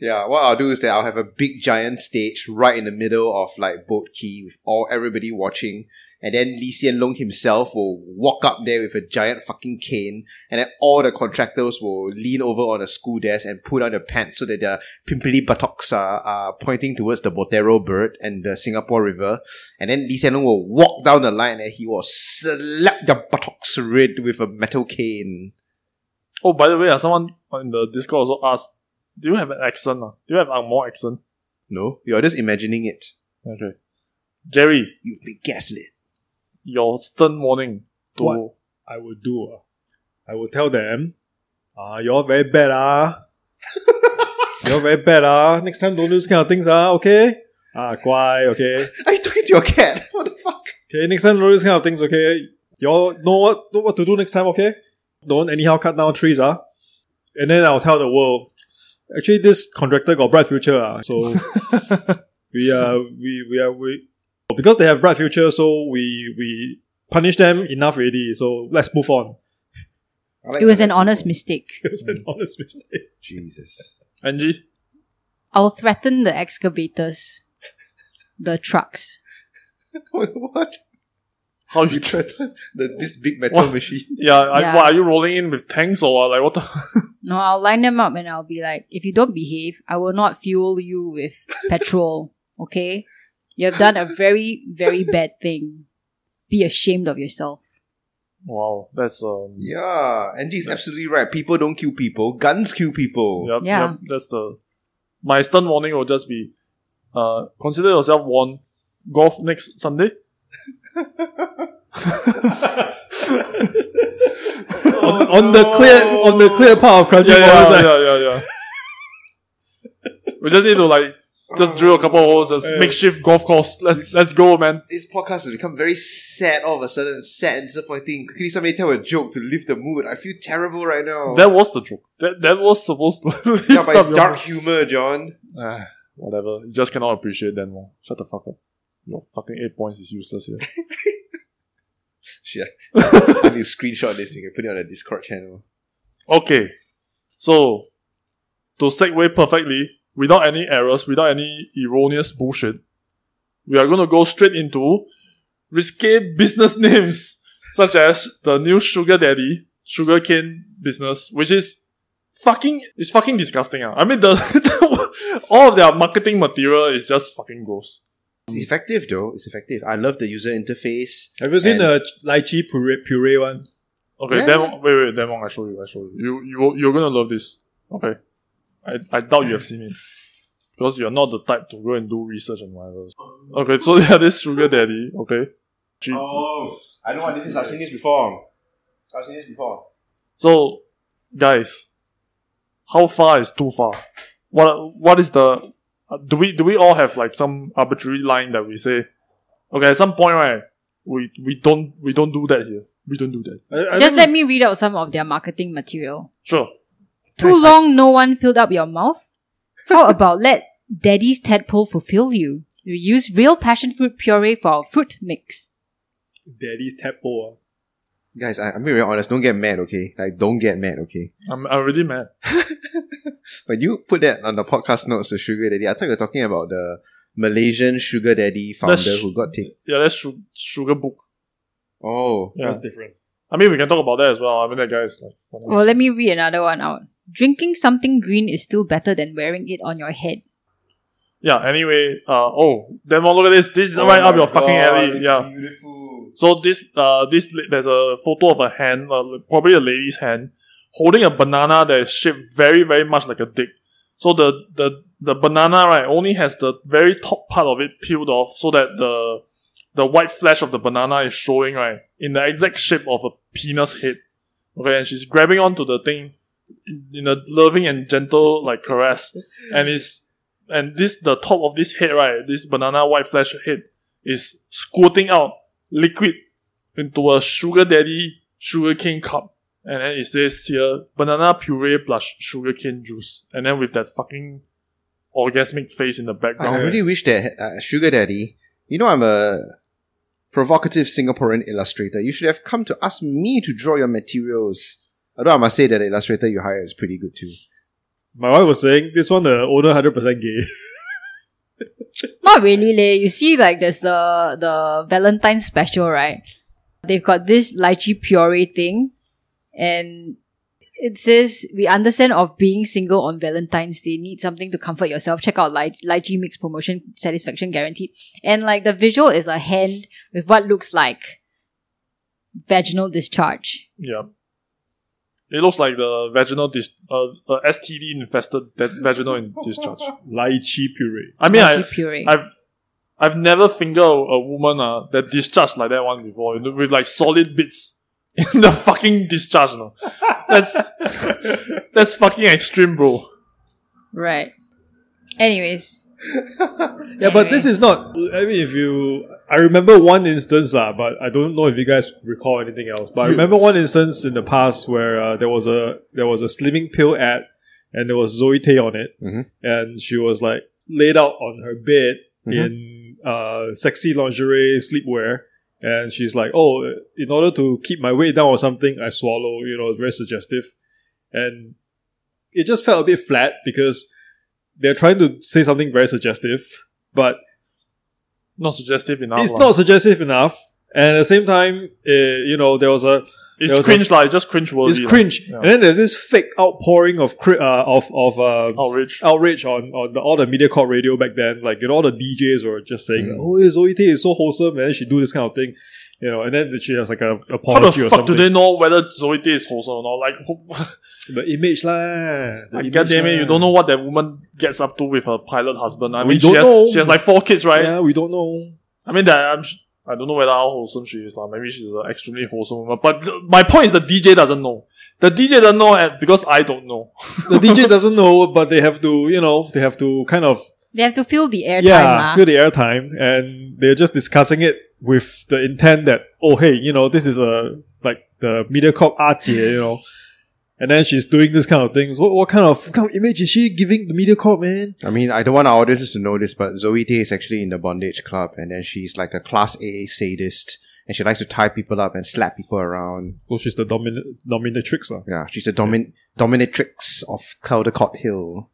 S2: yeah, what I'll do is that I'll have a big giant stage right in the middle of like Boat Key with all everybody watching. And then Lee Hsien Loong himself will walk up there with a giant fucking cane, and then all the contractors will lean over on a school desk and pull down their pants so that their pimply buttocks are, are pointing towards the Botero bird and the Singapore River. And then Lee Hsien Loong will walk down the line and he will slap their buttocks red with a metal cane.
S4: Oh, by the way, uh, someone in the Discord also asked, do you have an accent? Uh? Do you have a more accent?
S2: No, you're just imagining it.
S4: Okay. Jerry,
S2: You've been gaslit.
S4: your stern warning to
S1: What? I will do. ah. I will tell them, ah, you're very bad ah. you're very bad ah. Next time don't do this kind of things ah, okay? Ah, guai, okay.
S2: I took it to your cat. What the fuck?
S1: Okay, next time don't do this kind of things, okay? Y'all know what know what to do next time, okay? Don't anyhow cut down trees, ah. And then I'll tell the world. Actually, this contractor got bright future, ah. So we uh we we are we because they have bright future, so we we punish them enough already. So let's move on.
S2: I like
S3: It was
S2: that
S3: an honest
S2: example.
S3: mistake.
S1: It's an
S4: Mm.
S1: honest mistake.
S2: Jesus.
S4: Angie.
S3: I'll threaten the excavators, the trucks.
S2: what?
S4: How
S2: You
S4: you tra-
S2: threatened the, this big metal
S4: What?
S2: machine.
S4: yeah, I,
S3: Yeah.
S4: what, are you rolling in with tanks or uh, like what the-
S3: No, I'll line them up and I'll be like, if you don't behave, I will not fuel you with petrol, okay? You have done a very, very bad thing. Be ashamed of yourself.
S4: Wow, that's um
S2: Yeah, Angie's absolutely right. People don't kill people. Guns kill people.
S4: Yep,
S3: Yeah.
S4: yep, that's the my stern warning will just be uh consider yourself warned. Golf next Sunday?
S1: on, on the clear on the clear part of crunchy
S4: Oh, Yeah,
S1: forest,
S4: yeah,
S1: ah.
S4: yeah, yeah, yeah. we just need to like just drill a couple of holes, just
S1: Yeah.
S4: makeshift golf course. Let's let's go, man.
S2: This podcast has become very sad all of a sudden. Sad and disappointing. Quickly, somebody tell a joke to lift the mood. I feel terrible right now.
S4: That was the joke. That that was supposed to. lift
S2: Oh. yeah, but
S4: up
S2: it's
S4: your-
S2: dark humor, John.
S4: Ah, whatever. You just cannot appreciate them more. Shut the fuck up. Your fucking eight points is useless here.
S2: Shit. I need to screenshot this. We can put it on the Discord channel.
S4: okay, so to segue perfectly, without any errors, without any erroneous bullshit, we are going to go straight into risque business names such as the new sugar daddy sugarcane business, which is fucking it's fucking disgusting. Ah, I mean the all of their marketing material is just fucking gross.
S2: It's effective though. It's effective. I love the user interface.
S1: Have you seen
S2: And-
S1: the lychee puree, puree one?
S4: Okay,
S2: Yeah.
S4: then wait, wait, then I show you. I show you. You you will- you're gonna love this. Okay, I, I doubt you have seen it because you're not the type to go and do research and whatever. Okay, so yeah, this sugar daddy. Okay, she,
S2: Oh, I know what this is. I've seen this before. I've seen this before.
S4: so guys, how far is too far? What what is the uh, do we do we all have like some arbitrary line that we say? Okay, at some point, right? We we don't we don't do that here. We don't do that.
S1: I, I
S3: Just
S1: think-
S3: let me read out some of their marketing material.
S4: Sure.
S3: Too long no one filled up your mouth? How about let Daddy's tadpole fulfill you? We use real passion fruit puree for our fruit mix.
S1: Daddy's ah. tadpole.
S2: Guys, I, I'm being very honest. Don't get mad, okay? Like, don't get mad, okay?
S4: I'm I'm already mad.
S2: When you put that on the podcast notes, the sugar daddy, I thought you were talking about the Malaysian sugar daddy founder
S4: sh-
S2: who got taken.
S4: Yeah, that's su- sugar book.
S2: Oh,
S4: Yeah.
S1: That's different.
S4: I mean, we can talk about that as well. I mean, that guy is like. one
S3: Well, let me read another one out. Drinking something green is still better than wearing it on your head.
S4: Yeah. Anyway, uh, oh, then one look at this. This is
S1: Oh
S4: right up your fucking alley. Yeah.
S2: Beautiful.
S4: So this, uh, this la- there's a photo of a hand, uh, probably a lady's hand, holding a banana that is shaped very, very much like a dick. So the the the banana right only has the very top part of it peeled off, so that the the white flesh of the banana is showing right in the exact shape of a penis head. Okay, and she's grabbing onto the thing in- in a loving and gentle like caress, and is and this the top of this head right, this banana white flesh head is squirting out liquid into a sugar daddy sugar cane cup. And then it says here banana puree plus sugar cane juice. And then with that fucking orgasmic face in the background.
S2: I really wish that uh, Sugar Daddy, you know, I'm a provocative Singaporean illustrator. You should have come to ask me to draw your materials. Although I must say that the illustrator you hire is pretty good too.
S1: My wife was saying this one the owner hundred percent gay.
S3: Not really, leh. You see, like there's the the Valentine special, right? They've got this lychee puree thing, and it says we understand of being single on Valentine's Day. Need something to comfort yourself. Check out ly- lychee mix promotion. Satisfaction guaranteed. And like the visual is a hand with what looks like vaginal discharge.
S4: Yeah. It looks like the vaginal dis- uh, uh, STD infested that vaginal in- discharge.
S1: Lychee puree.
S4: I mean, I,
S3: lychee puree.
S4: I've I've never fingered a woman uh, that discharged like that one before you know, with like solid bits in the fucking discharge. You know. That's that's fucking extreme, bro.
S3: right. Anyways.
S1: Yeah, but this is not. I mean, if you, I remember one instance, uh, but I don't know if you guys recall anything else. But I remember one instance in the past where uh, there was a there was a slimming pill ad, and there was Zoe Tay on it,
S2: Mhm.
S1: and she was like laid out on her bed
S2: Mhm.
S1: in uh, sexy lingerie sleepwear, and she's like, "Oh, in order to keep my weight down or something, I swallow." You know, it's very suggestive, and it just felt a bit flat because they're trying to say something very suggestive, but
S4: Not suggestive enough.
S1: it's
S4: lah.
S1: not suggestive enough. And at the same time, uh, you know, there was a there
S4: It's
S1: was
S4: cringe, like it's just cringe
S1: it's
S4: worthy.
S1: cringe,
S4: Yeah.
S1: and then there's this fake outpouring of cri- uh, of of uh,
S4: Outrage.
S1: outrage on on the, all the MediaCorp radio back then. Like you know, all the DJs were just saying,
S2: Mm.
S1: "Oh, Zoe Tay is so wholesome," and then she do this kind of thing, you know. And then she has like a
S4: How the
S1: apology or
S4: fuck do
S1: something.
S4: they know whether Zoe Tay is wholesome or not? Like, who-
S1: the image lah. The
S4: god damn
S1: lah.
S4: it, you don't know what that woman gets up to with her pilot husband. I
S1: We
S4: mean,
S1: don't
S4: she has,
S1: know.
S4: she has like four kids, right?
S1: Yeah, we don't know.
S4: I mean, that I'm, s- I don't know whether how wholesome she is. Like, maybe she's an extremely wholesome woman. But th- my point is the DJ doesn't know. The DJ doesn't know and because I don't know.
S1: The DJ doesn't know, but they have to, you know, they have to kind of
S3: They have to fill the airtime. ah.
S1: yeah,
S3: lah.
S1: feel the airtime, and they're just discussing it with the intent that oh hey, you know this is a like the MediaCorp art here, you know, and then she's doing this kind of things. What what kind of what kind of image is she giving the MediaCorp man?
S2: I mean, I don't want our audiences to know this, but Zoe Tay is actually in the bondage club, and then she's like a class A sadist, and she likes to tie people up and slap people around.
S1: So she's the domin- dominatrix.
S3: Uh,
S1: ah.
S2: Yeah, she's a domin- dominatrix of Caldecott Hill.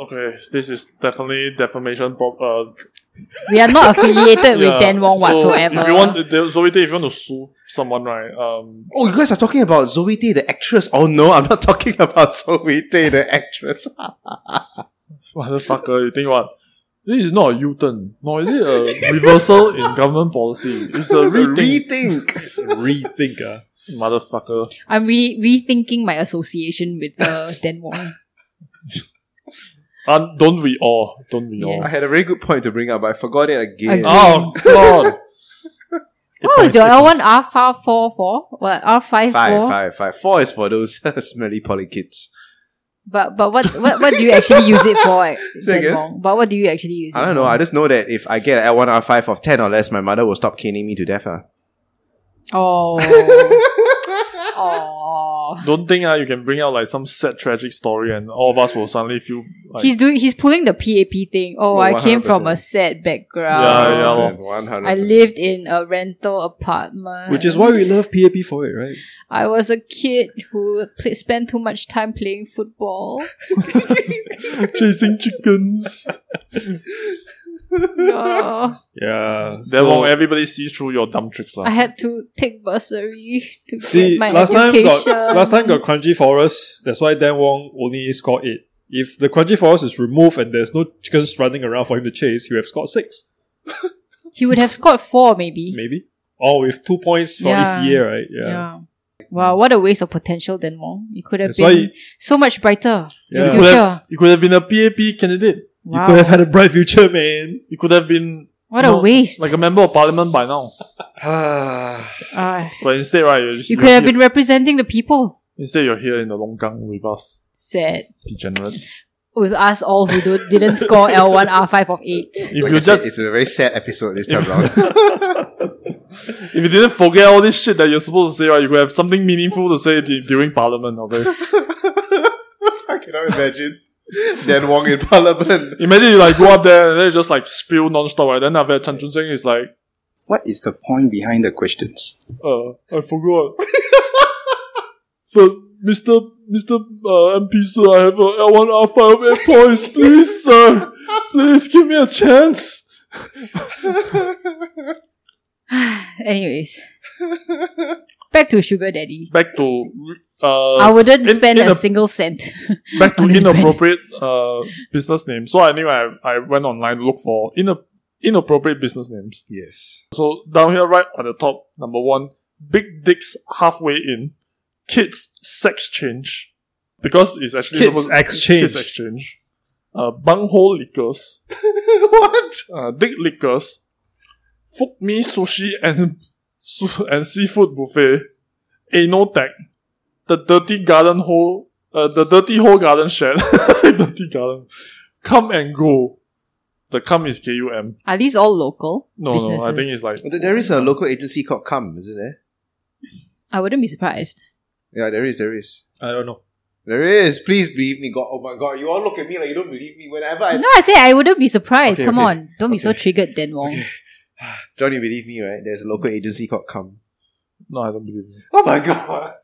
S4: Okay, this is definitely defamation. Pro- uh,
S3: We are not affiliated
S4: yeah.
S3: with Dan Wong
S4: So,
S3: whatsoever.
S4: If you want, the- Zoe Tay, if you want to sue someone, right? Um,
S2: Oh, you guys are talking about Zoe Tay, the actress. Oh no, I'm not talking about Zoe Tay, the actress.
S4: motherfucker, you think what? This is not a U-turn. No, is it a reversal in government policy? It's a rethink,
S2: Rethink.
S1: It's a Rethink. ah.
S4: motherfucker.
S3: I'm re- rethinking my association with uh, Dan Wong.
S4: And don't we all? Don't we all?
S2: I had a very good point to bring up, but I forgot it again.
S3: Again.
S4: Oh God!
S3: What was your L1 R544? What R54?
S2: Five, five, five. Four is for those smelly poly kids.
S3: But but what, what what do you actually use it for? eh,
S2: Say
S3: Dan
S2: again?
S3: Wong? But what do you actually use?
S2: I
S3: it
S2: don't know.
S3: for?
S2: I just know that if I get an L1 R5 of 10 or less, my mother will stop caning me to death. ah.
S3: Oh. oh.
S4: Don't think uh, you can bring out like some sad tragic story and all of us will suddenly feel like
S3: He's doing. He's pulling the PAP thing. Oh,
S2: Oh,
S3: I came from a
S2: 100%.
S3: sad background.
S4: Uh, Yeah, yeah, lor.
S2: 100%.
S3: I lived in a rental apartment,
S1: Which is why we love PAP for it, right?
S3: I was a kid who pl- spent too much time playing football.
S4: chasing chickens.
S3: No.
S1: Yeah.
S4: Then
S1: So-
S4: long everybody sees through your dumb tricks, lah.
S3: I had to take bursary to
S1: See,
S3: get my
S1: last time
S3: education.
S1: got last time got Crunchy Forest. That's why Dan Wong only scored eight. If the Crunchy Forest is removed and there's no chickens running around for him to chase, he would have scored six,
S3: he would have scored four, maybe.
S1: maybe. Or with two points for
S3: Yeah.
S1: ECA, right? Yeah.
S3: Wow, what a waste of potential, then, Wong. You could have
S1: That's why
S3: been
S1: you,
S3: so much brighter in
S1: Yeah.
S3: the
S4: You, could have,
S3: future.
S4: you could have been a PAP candidate.
S1: you
S3: Wow.
S1: could have had a bright future, man.
S4: You could have been
S3: what
S4: you
S3: a
S4: know,
S3: waste.
S4: like a member of parliament by now.
S3: Ah,
S4: But instead, right, you're,
S3: you
S4: you're
S3: could have
S4: here-
S3: been representing the people.
S4: Instead, you're here in the Longgang with us,
S3: Sad.
S4: degenerate.
S3: With us all who do, didn't score L1, R5 of 8.
S4: If
S2: Like
S4: you
S2: I said,
S4: just
S2: it's a very sad episode this time
S4: If-
S2: round.
S4: if you didn't forget all this shit that you're supposed to say, right, you could have something meaningful to say d- during parliament. Okay,
S2: I cannot imagine Dan Wong in Parliament.
S4: imagine you like go up there and then you just like spill non-stop, right? Then after that, Chan Chun Sing is like,
S5: What is the point behind the questions?
S4: uh, I forgot. but Mister Mister uh, MP sir, I have a L one R five of eight points, please sir, please give me a chance.
S3: Anyways. Back to Sugar Daddy.
S4: Back to uh,
S3: I wouldn't
S4: in-
S3: spend
S4: in
S3: a,
S4: a-
S3: single cent.
S4: back to
S3: on his brand.
S4: inappropriate uh, business names. So I think I, I went online to look for inap- inappropriate business names.
S2: Yes.
S4: So down here, right at the top, number one, big dicks halfway in, kids sex change, because it's actually
S1: Kids
S4: supposed-
S1: exchange.
S4: Kids exchange. Uh, bunghole liquors,
S2: what?
S4: uh, dick liquors, fuck me sushi and su- and seafood buffet, anotech, the dirty garden hole, uh, the dirty hole garden shed, dirty garden, come and go. The come is K U M.
S3: Are these all local
S4: No,
S3: businesses?
S4: no, I think it's like
S2: There is a local agency called Come, isn't there?
S3: I wouldn't be surprised.
S2: Yeah, there is, there is.
S1: I don't know.
S2: There is. Please believe me, God. Oh my God, you all look at me like you don't believe me. Whenever I
S3: No, I say I wouldn't be surprised.
S2: Okay,
S3: Come
S2: okay.
S3: on. Don't be so
S2: Okay.
S3: triggered then, Wong.
S2: Johnny, believe me, right? There's a local agency called Come.
S4: no, I don't believe you.
S2: Oh my God.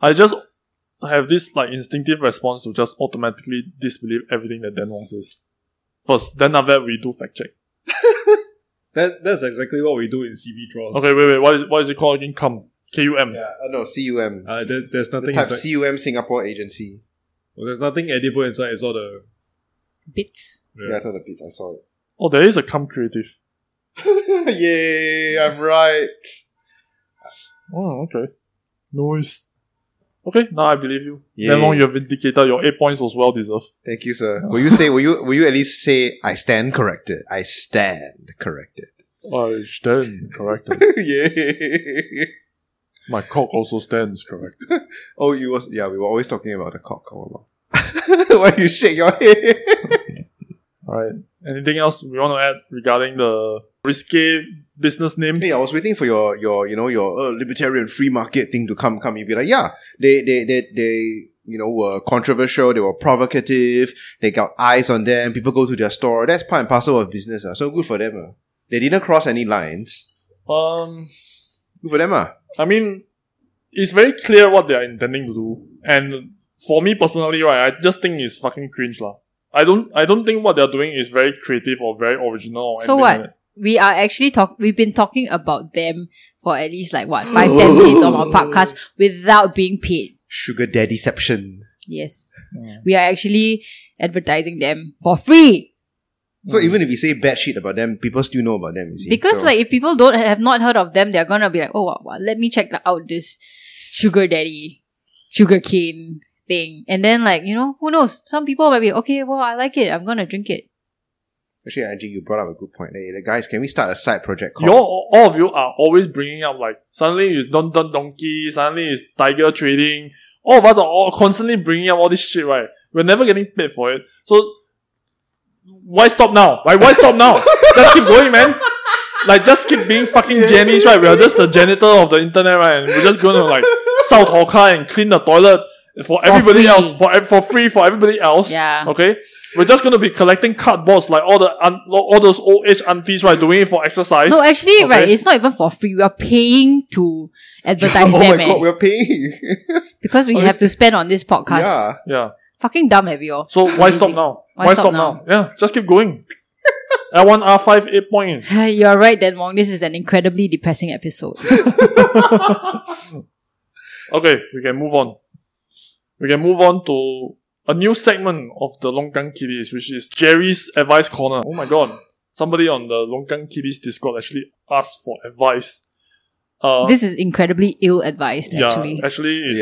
S4: I just have this like instinctive response to just automatically disbelieve everything that Dan Wong says. First, then after that we do fact check.
S1: That's that's exactly what we do in CV draws.
S4: Okay, wait, wait, what is what is it called again? Cum. K U M.
S2: Yeah, uh, no, CUM.
S1: Uh, there, there's
S2: Just
S1: nothing
S2: type
S1: inside.
S2: CUM Singapore Agency.
S1: well, there's nothing edible inside. It's all the
S3: Bits.
S1: Yeah.
S2: Yeah, that's on the beats. I saw it.
S4: Oh, there is a cum creative.
S2: Yay, I'm right.
S4: Oh, okay. Nice. Okay, now I believe you.
S2: Yay.
S4: Dan Wong, you have vindicated your eight points was well deserved.
S2: Thank you, sir. Will you say? Will you? Will you at least say? I stand corrected. I stand corrected.
S4: I stand corrected.
S2: yeah.
S4: My cock also stands correct.
S2: Oh, you was yeah. We were always talking about the cock all along. Why you shake your head?
S4: Alright. Anything else we want to add regarding the risque business names?
S2: hey, I was waiting for your your you know your uh, libertarian free market thing to come come. You'd be like, yeah, they they they they you know were controversial. They were provocative. They got eyes on them. People go to their store. That's part and parcel of business. Ah, so good for them. ah. They didn't cross any lines.
S4: Um
S2: Good for them. ah.
S4: I mean, it's very clear what they are intending to do. And for me personally, right, I just think it's fucking cringe lah. I don't, I don't think what they're doing is very creative or very original. Or
S3: So
S4: anything
S3: what?
S4: like
S3: We are actually talk we've been talking about them for at least like what, five, ten minutes on our podcast without being paid.
S2: Sugar daddyception.
S3: Yes.
S4: that.
S3: We are actually advertising them for free.
S2: So
S4: Mm.
S2: even if we say bad shit about them, people still know about them. You see?
S3: Because
S2: So-
S3: like if people don't have not heard of them, they're gonna be like, oh, wow, wow, let me check out this sugar daddy, sugar cane thing, and then like you know who knows? Some people might be okay. Well, I like it. I'm gonna drink it.
S2: actually, Angie, you brought up a good point. Hey, the guys, can we start a side project
S4: you
S2: called?
S4: all, all of you are always bringing up like suddenly it's Don Don Donkey, suddenly it's Tiger Trading. All of us are all constantly bringing up all this shit, right? We're never getting paid for it. So why stop now? Like why stop now? just keep going, man. Like just keep being fucking Jennies, right? We are just the janitor of the internet, right? And we're just going to like south Hawkeye and clean the toilet for everybody
S3: free.
S4: else for ev- for free for everybody else.
S3: Yeah.
S4: Okay. We're just gonna be collecting cardboards like all the un- all those old age aunties, right? Doing it for exercise.
S3: No, actually,
S4: okay.
S3: right? It's not even for free. We are paying to advertise
S2: oh
S3: them,
S2: my
S3: eh,
S2: god, we're paying.
S3: because we
S2: Oh,
S3: have to spend on this podcast.
S2: yeah.
S4: Yeah.
S3: Fucking dumb, have you all?
S4: So why
S3: Amazing.
S4: stop now?
S3: Why
S4: Why,
S3: stop
S4: stop, now? Yeah, just keep going. L1 R5 8 point.
S3: You're right, Dan Wong. This is an incredibly depressing episode.
S4: Okay, we can move on. We can move on to a new segment of the Longkang Kiddies, which is Jerry's Advice Corner. Oh my god. Somebody on the Longkang Kiddies Discord actually asked for advice. Uh,
S3: this is incredibly ill advised, actually.
S4: Yeah, actually is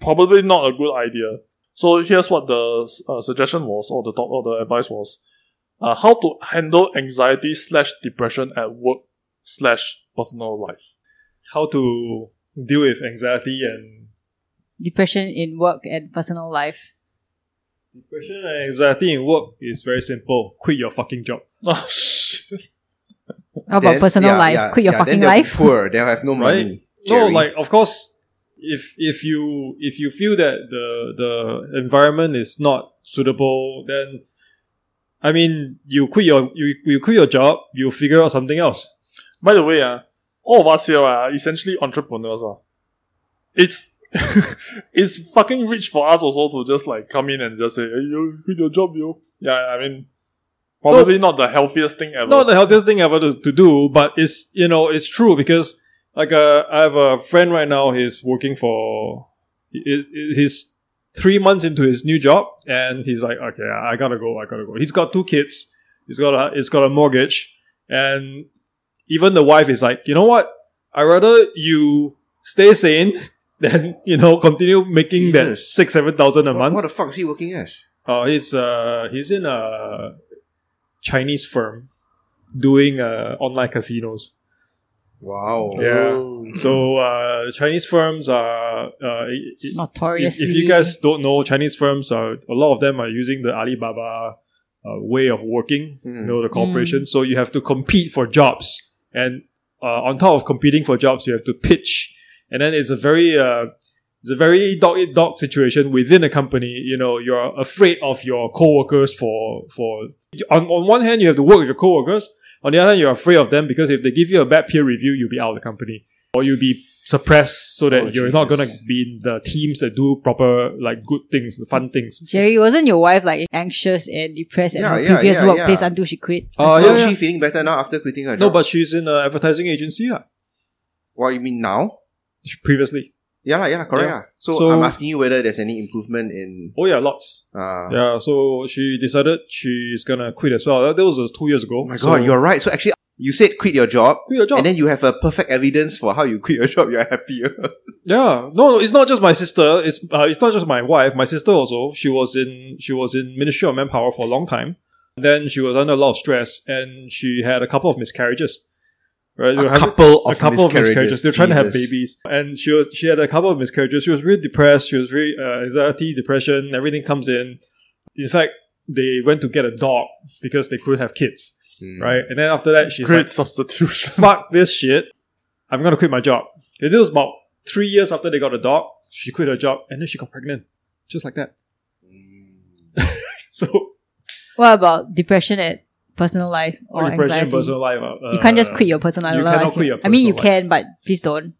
S4: probably not a good idea. So here's what the uh, suggestion was, or the, talk, or the advice was. Uh, how to handle anxiety slash depression at work slash personal life.
S1: How to deal with anxiety and
S3: Depression in work and personal life.
S1: depression and anxiety in work is very simple. Quit your fucking job.
S4: Oh, shit.
S3: How about
S2: Then-
S3: personal
S2: yeah,
S3: life?
S2: yeah,
S3: Quit your
S2: yeah, then
S3: fucking
S2: they'll be
S3: life.
S2: Poor. They'll have no
S1: Right?
S2: money.
S1: No,
S2: Jerry.
S1: like of course, if if you if you feel that the the environment is not suitable, then I mean you quit your you, you quit your job, you figure out something else.
S4: By the way, uh, all of us here ah, are essentially entrepreneurs. Uh. It's it's fucking rich for us also to just like come in and just say, hey, you quit your job, you. Yeah, I mean, probably not the healthiest thing ever.
S1: Not the healthiest thing ever to, to do, but it's you know it's true because like uh, I have a friend right now. He's working for he- he- he's three months into his new job, and he's like, okay, I gotta go, I gotta go. He's got two kids. He's got a he's got a mortgage, and even the wife is like, you know what? I rather you stay sane than you know continue making that
S2: Jesus.
S1: six seven thousand a
S2: what,
S1: month.
S2: what the fuck is he working as?
S1: Uh, he's uh, he's in a Chinese firm doing uh, online casinos.
S2: Wow.
S1: Yeah. So uh, Chinese firms are uh, if,
S3: Notoriously.
S1: if you guys don't know, Chinese firms are a lot of them are using the Alibaba uh, way of working. You
S2: Hmm.
S1: know the corporation, so you have to compete for jobs, and uh, on top of competing for jobs, you have to pitch, and then it's a very uh, it's a very dog eat dog situation within a company. You know, you're afraid of your coworkers for for on, on one hand you have to work with your coworkers, on the other hand you're afraid of them because if they give you a bad peer review, you'll be out of the company or you'll be suppressed so that
S2: Oh,
S1: you're not
S2: Jesus.
S1: gonna be in the teams that do proper like good things, the fun things.
S3: Jerry, wasn't your wife like anxious and depressed at
S2: Yeah,
S3: her
S2: yeah,
S3: previous
S2: yeah,
S3: workplace
S2: yeah.
S3: until she quit?
S1: Oh,
S2: so
S1: yeah,
S2: is
S1: yeah.
S2: she feeling better now after quitting her job?
S1: No, but she's in an advertising agency. Yeah,
S2: what you mean now?
S1: previously.
S2: Yeah, lah, yeah, lah, correct.
S1: Yeah.
S2: lah. So,
S1: So-
S2: I'm asking you whether there's any improvement in.
S1: Oh yeah, lots.
S2: Uh,
S1: Yeah, so she decided she's gonna quit as well. That, that was uh, two years ago.
S2: Oh my god, you're right. So actually, you said quit your job,
S1: quit your job.
S2: and then you have a perfect evidence for how you quit your job. You're happier.
S1: yeah, no, no, it's not just my sister. It's uh, it's not just my wife. My sister also. She was in she was in Ministry of Manpower for a long time. Then she was under a lot of stress, and she had a couple of miscarriages. Right, You
S2: a
S1: have-
S2: couple of
S1: a couple
S2: miscarriages.
S1: of miscarriages. They're trying to have
S2: Jesus.
S1: babies, and she was she had a couple of miscarriages. She was really depressed. She was very uh, anxiety, depression. Everything comes in. In fact, they went to get a dog because they couldn't have kids.
S2: Hmm.
S1: right? And then after that, she's
S4: Great
S1: like,
S4: substitution.
S1: "Fuck this shit! I'm gonna quit my job." It was about three years after they got a dog. She quit her job, and then she got pregnant, just like that. Mm. So
S3: What about depression at personal life or
S1: depression,
S3: anxiety?
S1: personal life. uh,
S3: you can't just
S1: uh,
S3: quit your personal
S1: you
S3: life.
S1: cannot quit your
S3: I mean, you
S1: personal
S3: can, but please don't.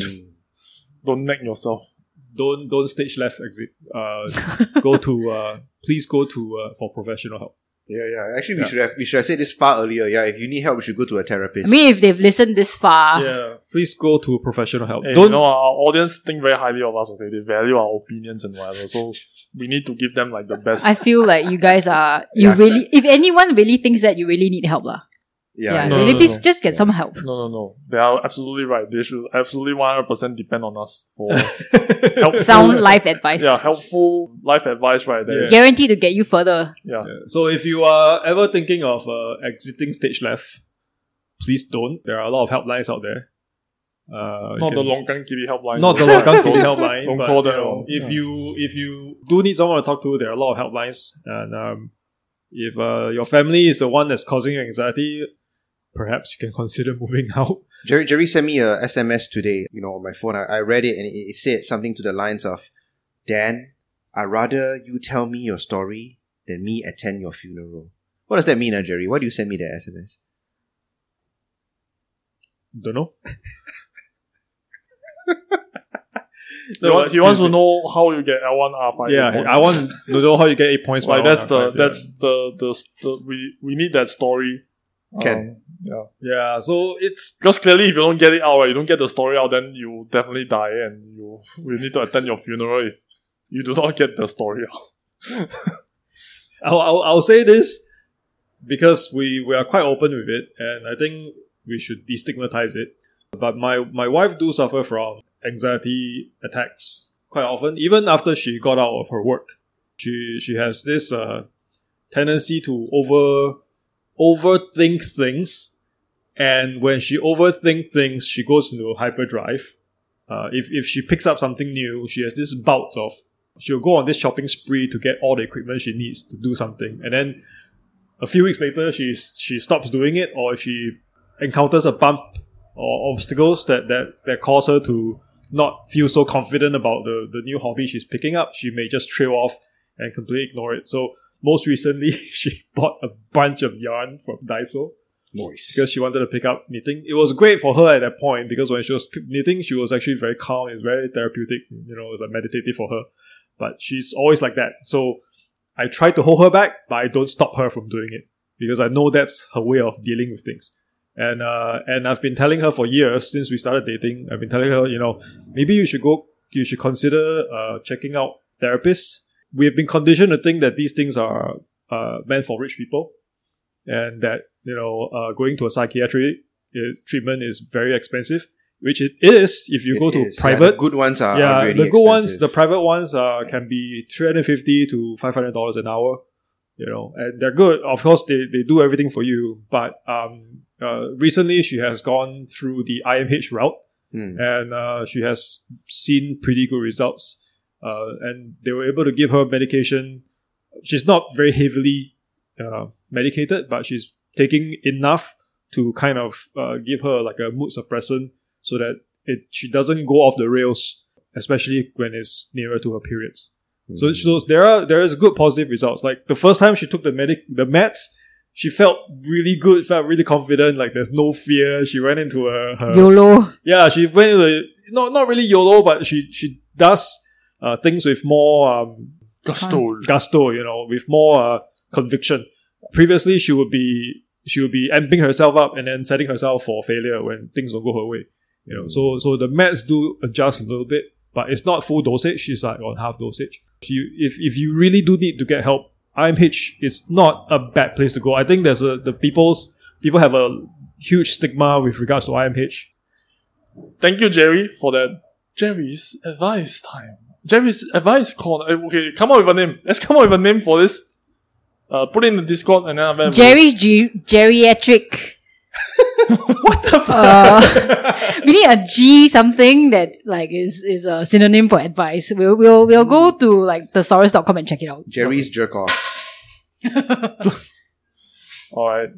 S2: Hmm.
S4: Don't neck yourself.
S1: Don't don't stage left exit. Uh, go to uh, please go to uh, for professional help.
S2: Yeah, yeah. Actually, we
S1: Yeah.
S2: should have we should have said this far earlier. Yeah, if you need help, you should go to a
S3: I
S2: therapist.
S3: mean, if they've listened this far,
S1: Yeah, please go to professional help.
S4: Hey,
S1: don't
S4: you know, our our audience think very highly of us, okay? They value our opinions and whatever. So we need to give them like the best.
S3: I feel like you guys are, you
S2: Yeah.
S3: really, if anyone really thinks that you really need help, lah. Yeah,
S2: yeah,
S4: No,
S3: really,
S4: no,
S3: please
S4: no.
S3: just get some help.
S4: No, no, no. They are absolutely right. They should absolutely 100% depend on us for helpful,
S3: Sound life advice.
S4: yeah, helpful life advice right there.
S1: Yeah.
S3: Guaranteed to get you further.
S1: Yeah. So if you are ever thinking of uh, exiting stage left, please don't. There are a lot of helplines out there. Uh, you
S4: Not the
S1: can-
S4: Longkang Kiri helpline.
S1: not the
S4: Don't-
S1: Longkang Kiddy
S4: don't-
S1: helpline.
S4: Don't
S1: but,
S4: call
S1: you
S4: that
S1: know,
S4: one.
S1: If
S4: Yeah.
S1: you if you do need someone to talk to, there are a lot of helplines. And um, if uh, your family is the one that's causing you anxiety, perhaps you can consider moving out.
S2: Jerry, Jerry sent me a SMS today. You know, on my phone. I, I read it and it, it said something to the lines of, "Dan, I would rather you tell me your story than me attend your funeral." What does that mean, uh, Jerry? Why do you send me that SMS?
S1: Don't know.
S4: He, wa- he
S1: it's
S4: wants
S1: easy.
S4: to know how you get L1 R5.
S1: Yeah,
S4: points.
S1: I want to know how you get eight points.
S4: like
S1: by
S4: that's
S1: one,
S4: the
S1: right?
S4: that's the, the the we we need that story.
S2: Can.
S4: Um, yeah.
S1: yeah. yeah. So it's
S4: Because clearly, if you don't get it out, right, you don't get the story out, then you definitely die, and you we need to attend your funeral if you do not get the story out.
S1: I'll, I'll, I'll say this because we, we are quite open with it, and I think we should destigmatize it. But my, my wife do suffer from anxiety attacks quite often, even after she got out of her work. She she has this uh, tendency to over overthink things, and when she overthink things, she goes into hyperdrive. Uh, if if she picks up something new, she has this bout of she'll go on this shopping spree to get all the equipment she needs to do something and then a few weeks later she she stops doing it or she encounters a bump or obstacles that that, that cause her to not feel so confident about the, the new hobby she's picking up she may just trail off and completely ignore it so most recently she bought a bunch of yarn from daiso
S2: Nice.
S1: because she wanted to pick up knitting. It was great for her at that point because when she was p- knitting, she was actually very calm. It's very therapeutic. You know, it's like meditative for her. But she's always like that. So I try to hold her back, but I don't stop her from doing it because I know that's her way of dealing with things. And uh, and I've been telling her for years since we started dating. I've been telling her, you know, maybe you should go. You should consider uh, checking out therapists. We have been conditioned to think that these things are uh, meant for rich people and that you know uh, going to a psychiatric is, treatment is very expensive, which it is if you
S2: It
S1: go to
S2: is. Yeah, the
S1: private.
S2: good ones are
S1: Yeah,
S2: are really
S1: the good ones, the
S2: expensive.
S1: private ones, uh, can be three hundred fifty to five hundred dollars an hour. You know, and they're good. Of course, they, they do everything for you. But um, uh, recently, she has gone through the IMH route,
S2: Hmm.
S1: and uh, she has seen pretty good results. Uh, and they were able to give her medication. She's not very heavily uh, medicated, but she's taking enough to kind of uh, give her like a mood suppressant so that it she doesn't go off the rails, especially when it's nearer to her periods.
S2: Mm.
S1: So, so there are there is good positive results. Like the first time she took the medic the meds, she felt really good, felt really confident. Like there's no fear. She went into her, her
S3: YOLO.
S1: yeah, she went into not not really YOLO, but she she does uh, things with more um,
S4: Gusto.
S1: gusto, you know, with more uh, conviction. Previously, she would be she would be amping herself up and then setting herself for failure when things don't go her way. You know, so so the meds do adjust a little bit, but it's not full dosage. She's like on half dosage. If you if if you really do need to get help, IMH is not a bad place to go. I think there's a the people's people have a huge stigma with regards to IMH.
S4: Thank you, Jerry, for that. Jerry's advice time. Jerry's advice corner. Eh, Okay, come up with a name. Let's come up with a name for this. Uh, put it in the Discord and then I'll have-
S3: Jerry's ge- geriatric. what the fuck? we need a G something that like is is a synonym for advice. We'll we'll, we'll go to like thesaurus.com and check it out.
S2: Jerry's jerk off.
S4: All right.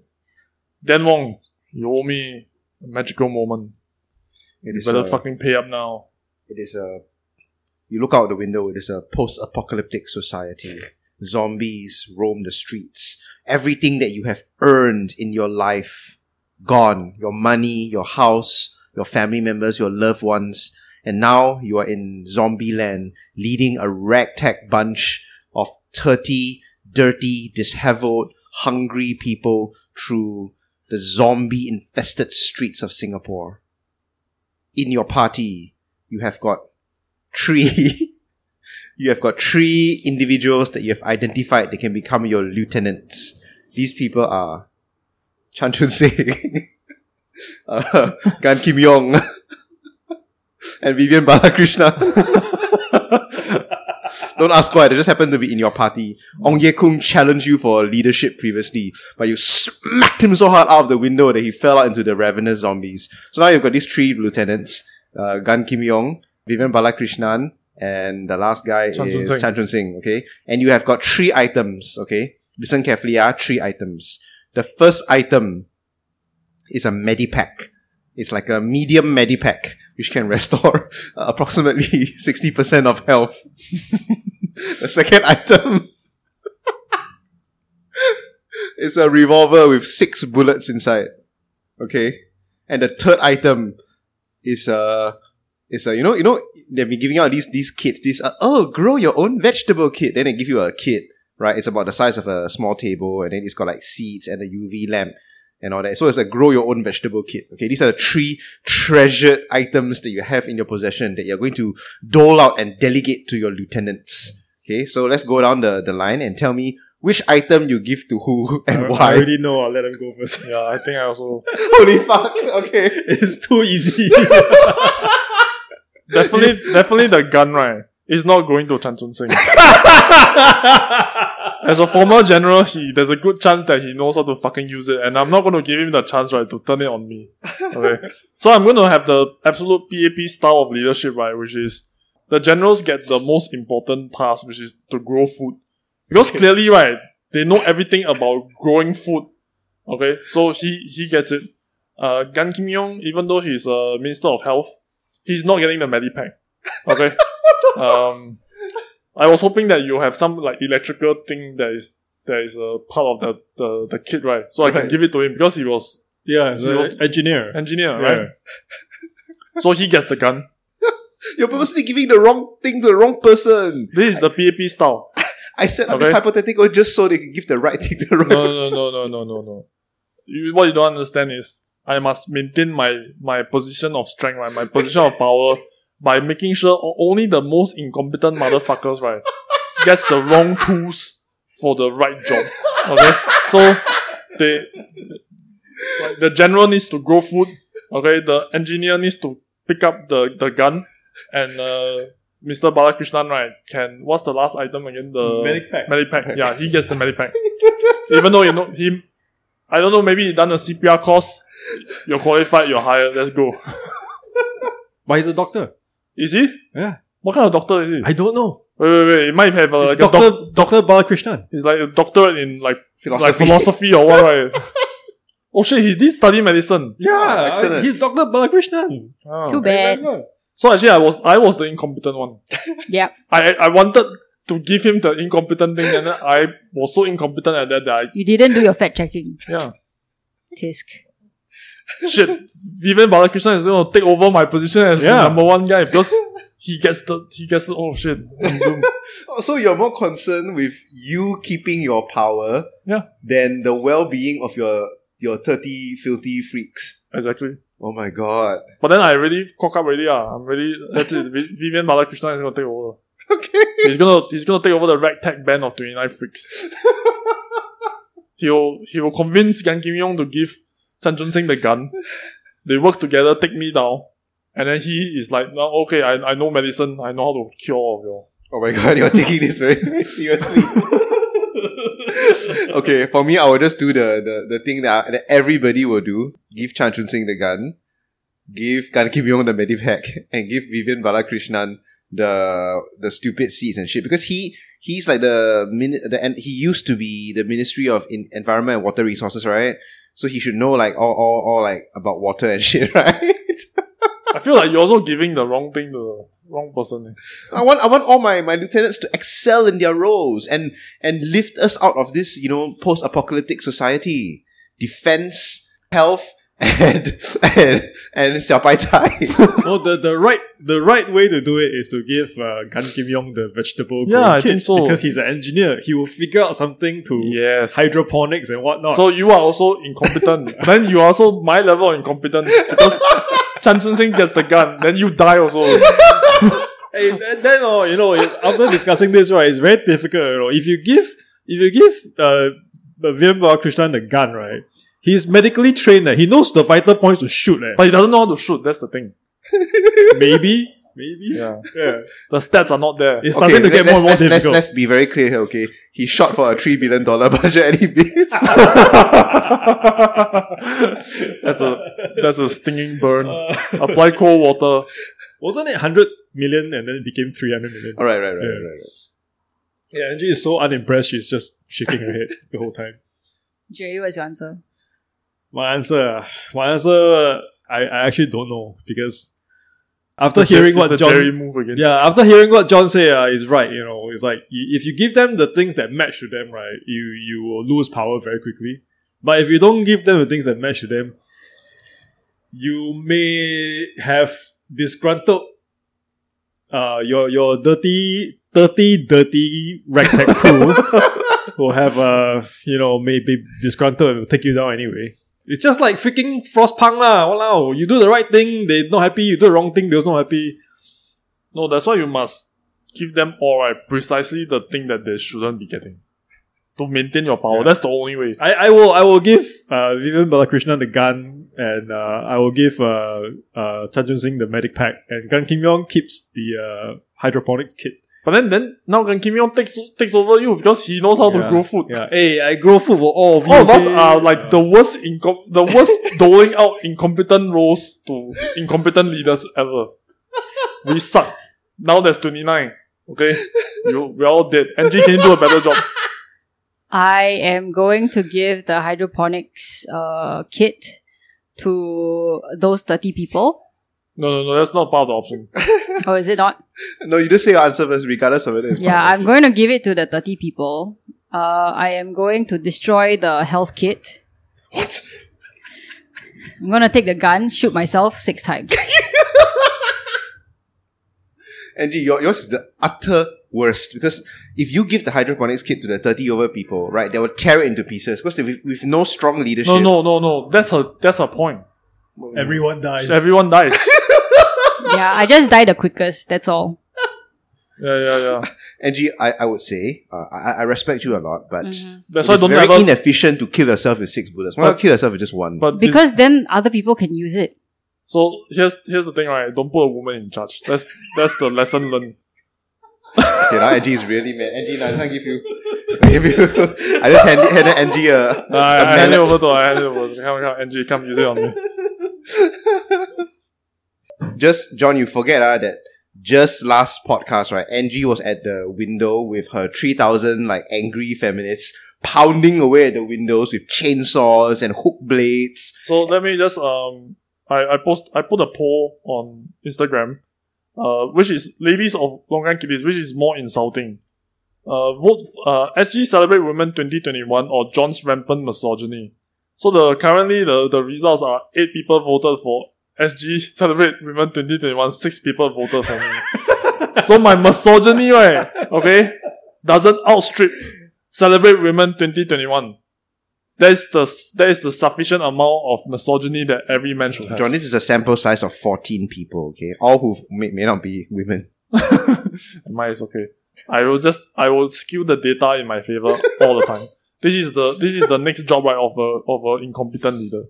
S4: Dan Wong, you owe me a magical moment.
S2: It
S4: You
S2: is
S4: better
S2: a,
S4: fucking pay up now.
S2: it is a you look out the window, it is a post-apocalyptic society. Zombies roam the streets. Everything that you have earned in your life gone. Your money, your house, your family members, your loved ones. And now you are in zombie land, leading a ragtag bunch of dirty, dirty, disheveled, hungry people through the zombie infested streets of Singapore in your party, you have got three. you have got three individuals that you have identified that can become your lieutenants. These people are Chan Chun Sing, uh, Gan Kim Yong, and Vivian Balakrishna. Don't ask why, they just happen to be in your party. Ong Ye Kung challenged you for leadership previously, but you smacked him so hard out of the window that he fell out into the ravenous zombies. So now you've got these three lieutenants, uh, Gan Kim Yong, Vivian Balakrishnan, and the last guy
S4: Chan Chun
S2: is
S4: Sing.
S2: Chan Chun Sing, okay? And you have got three items, okay? Listen carefully, ah, three items. The first item is a medipack. It's like a medium medipack, which can restore uh, approximately 60% of health. the second item is a revolver with six bullets inside. Okay. And the third item uh, is a, It's a, you know, you know, they've been giving out these these kits. These uh, oh, grow your own vegetable kit. Then they give you a kit, right? It's about the size of a small table, and then it's got like seeds and a UV lamp and all that. So it's a grow your own vegetable kit. Okay, these are the three treasured items that you have in your possession that you're going to dole out and delegate to your lieutenants. Okay, so let's go down the the line and tell me which item you give to who
S1: I,
S2: and
S1: I
S2: why.
S1: already know. I'll let him go first.
S4: Yeah, I think I also
S2: Holy fuck! Okay.
S1: it's too easy.
S4: definitely definitely the gun right is not going to Chan Chun Sing. As a former general, he there's a good chance that he knows how to fucking use it, and I'm not going to give him the chance right to turn it on me. Okay, so I'm going to have the absolute PAP style of leadership right, which is the generals get the most important task, which is to grow food, because clearly right they know everything about growing food. Okay, so he he gets it. Uh, Gan Kim Yong, even though he's a minister of health, he's not getting the medipack. Okay. um, I was hoping that you have some like electrical thing that is that is a part of the the, the kit, right? So I can
S2: Right.
S4: give it to him because he was
S1: yeah, so
S4: He was-
S1: engineer.
S4: engineer,
S1: Yeah.
S4: right? So he gets the gun.
S2: You're purposely giving the wrong thing to the wrong person.
S4: This is the PAP style.
S2: I set up
S4: Okay.
S2: this hypothetical just so they can give the right thing to the right
S4: No, no,
S2: person.
S4: no, no, no, no, no. You, what you don't understand is I must maintain my my position of strength, right? My position of power by making sure o- only the most incompetent motherfuckers, right, gets the wrong tools for the right job. Okay, so they like, the general needs to grow food. Okay, the engineer needs to pick up the the gun, and uh, Mr. Balakrishnan, right, can what's the last item again? The
S1: Medipack.
S4: Medipack. Yeah, he gets the medipack. Even though you know him, I don't know. Maybe you done a CPR course. You're qualified. You're hired. Let's go.
S1: But he's a doctor.
S4: Is he?
S1: Yeah.
S4: What kind of doctor is he?
S1: I don't know.
S4: Wait, wait, wait. He might have a, like
S1: It's
S4: a Uh, doc-
S1: Doctor Doctor Balakrishnan.
S4: He's like a doctorate in like like
S2: Philosophy.
S4: philosophy or what, right? oh shit, he did study medicine.
S1: Yeah,
S2: I- excellent.
S1: he's Doctor Balakrishnan.
S4: Ah.
S3: Too bad.
S4: So actually, I was I was the incompetent one.
S3: Yeah.
S4: I I wanted to give him the incompetent thing, and then I was so incompetent at that that I
S3: You didn't do your fact checking,
S4: yeah
S3: Tisk.
S4: shit. Even Balakrishnan is going to take over my position as the
S1: Yeah.
S4: number one guy because he gets the he gets the oh shit. I'm doomed.
S2: Oh, So you're more concerned with you keeping your power
S4: Yeah.
S2: than the well being of your your thirty filthy freaks.
S4: exactly.
S2: Oh my god.
S4: But then I really cock up already. Ah, I'm really that's it. Vi- Vivian Balakrishnan is going to take over.
S2: Okay.
S4: He's gonna he's gonna take over the ragtag band of 29 freaks. He'll he will convince Gan Kim Yong to give Chan Chun Sing the gun. They work together, take me down, and then he is like, "No, okay, I, I know medicine. I know how to cure all of you."
S2: Oh my god, you're taking this very, very seriously. okay, for me, I will just do the, the, the thing that, I- that everybody will do. Give Chan Chun Sing the gun, give Gan Kim Yong the medivac, and give Vivian Balakrishnan the the stupid seeds and shit. Because he he's like the min the and he used to be the Ministry of In- Environment and Water Resources, right? So he should know like all, all, all like about water and shit, right?
S4: I feel like you're also giving the wrong thing to the wrong person. eh.
S2: I want I want all my, my lieutenants to excel in their roles and and lift us out of this, you know, post apocalyptic society. Defense, health, and and and Xiao Pai Cai.
S1: well, the, the right the right way to do it is to give uh, Gan Kim Yong the vegetable
S4: Yeah,
S1: growing
S4: I
S1: kit
S4: think so.
S1: because he's an engineer. He will figure out something to
S4: Yes.
S1: hydroponics and whatnot.
S4: So you are also incompetent. then you are also my level of incompetent because Chan Chun Sing gets the gun, then you die also.
S1: Hey, and then oh, you know, it- after discussing this, right, it's very difficult. You know, if you give if you give uh Vivian Balakrishnan the gun, right, he's medically trained. Eh? He knows the vital points to shoot. Eh?
S4: But he doesn't know how to shoot. That's the thing.
S1: maybe, maybe,
S4: Yeah.
S1: yeah.
S4: The stats are not there.
S1: It's starting to get more and
S2: let's,
S1: more
S2: let's, let's,
S1: difficult.
S2: let's be very clear here, okay? He shot for a three billion dollar budget and he missed.
S4: that's a that's a stinging burn.
S1: Uh.
S4: Apply cold water.
S1: Wasn't it hundred million and then it became three hundred million?
S2: All right, right, right,
S1: Yeah.
S2: right, right.
S1: Yeah, Angie is so unimpressed. She's just shaking her head the whole time.
S3: Jerry, what's your answer?
S1: My answer, ah, my answer, I, I actually don't know because after
S4: It's the-
S1: hearing
S4: it's the
S1: what John,
S4: Jerry move again.
S1: yeah, after hearing what John say, uh, is right. You know, it's like you, if you give them the things that match to them, right, you you will lose power very quickly. But if you don't give them the things that match to them, you may have disgruntled uh, your your dirty, dirty, dirty ragtag crew will have uh, you know, maybe disgruntled and will take you down anyway. It's just like freaking Frostpunk lah. Walao, you do the right thing, they not happy. You do the wrong thing, they also not happy.
S4: No, that's why you must give them all right, precisely the thing that they shouldn't be getting. To maintain your power. That's the only way.
S1: I, I will I will give uh, Vivian Balakrishnan the gun, and uh, I will give uh, uh, Chan Jun Sing the medic pack, and Gan Kim Yong keeps the uh, hydroponics kit.
S4: But then, then now Gan Kim Yong takes takes over you because he knows how to
S1: Yeah,
S4: grow food.
S1: Yeah, hey, I grow food for all of you.
S4: All of us
S1: okay?
S4: are like
S1: Yeah.
S4: the worst incom- the worst doling out incompetent roles to incompetent leaders ever. We suck. Now there's 29. Okay? You, we're all dead. NG can you do a better job.
S3: I am going to give the hydroponics uh, kit to those 30 people.
S4: No, no, no, that's not part of the option.
S3: Oh, is it not?
S2: No, you just say your answer first, regardless of whether it's
S3: Yeah, I'm going to give it to the 30 people. Uh, I am going to destroy the health kit.
S2: What?
S3: I'm going to take the gun, shoot myself six times.
S2: Angie, your, yours is the utter worst because if you give the hydroponics kit to the 30 over people, right, they will tear it into pieces because with, with no strong leadership.
S4: No, no, no, no. That's a that's a point.
S1: everyone dies.
S4: So everyone dies.
S3: yeah, I just die the quickest. That's all.
S4: yeah, yeah, yeah.
S2: Angie, I, I would say, uh, I, I respect you a lot, but
S3: Mhm.
S4: That's why
S2: it's
S4: don't
S2: very
S4: ever.
S2: inefficient to kill yourself with six bullets. Why
S4: But-
S2: not kill yourself with just one?
S4: but this-
S3: Because then other people can use it.
S4: so here's here's the thing, right? Don't put a woman in charge. That's that's the lesson learned.
S2: okay, now Angie is really mad. Angie, now I can't give you. I give you. I just handed, handed Angie a.
S4: I, I
S2: a
S4: hand it
S2: mallet.
S4: over to I hand it over. Come, come, Angie, come use it on me.
S2: just John, you forget uh, that just last podcast, right? Angie was at the window with her three thousand like angry feminists pounding away at the windows with chainsaws and hook blades.
S4: So let me just um I, I post I put a poll on Instagram, uh which is ladies of Longan Kiddies, which is more insulting. Uh vote uh SG Celebrate Women twenty twenty one or John's rampant misogyny. So the currently the, the results are eight people voted for SG Celebrate Women twenty twenty one, six people voted for me. so my misogyny right, okay, doesn't outstrip Celebrate Women twenty twenty one. That's the that is the sufficient amount of misogyny that every man should have.
S2: John, this is a sample size of fourteen people. Okay, all who may, may not be women.
S4: Mine is okay. I will just I will skew the data in my favor all the time. This is the this is the next job right of a of a incompetent leader.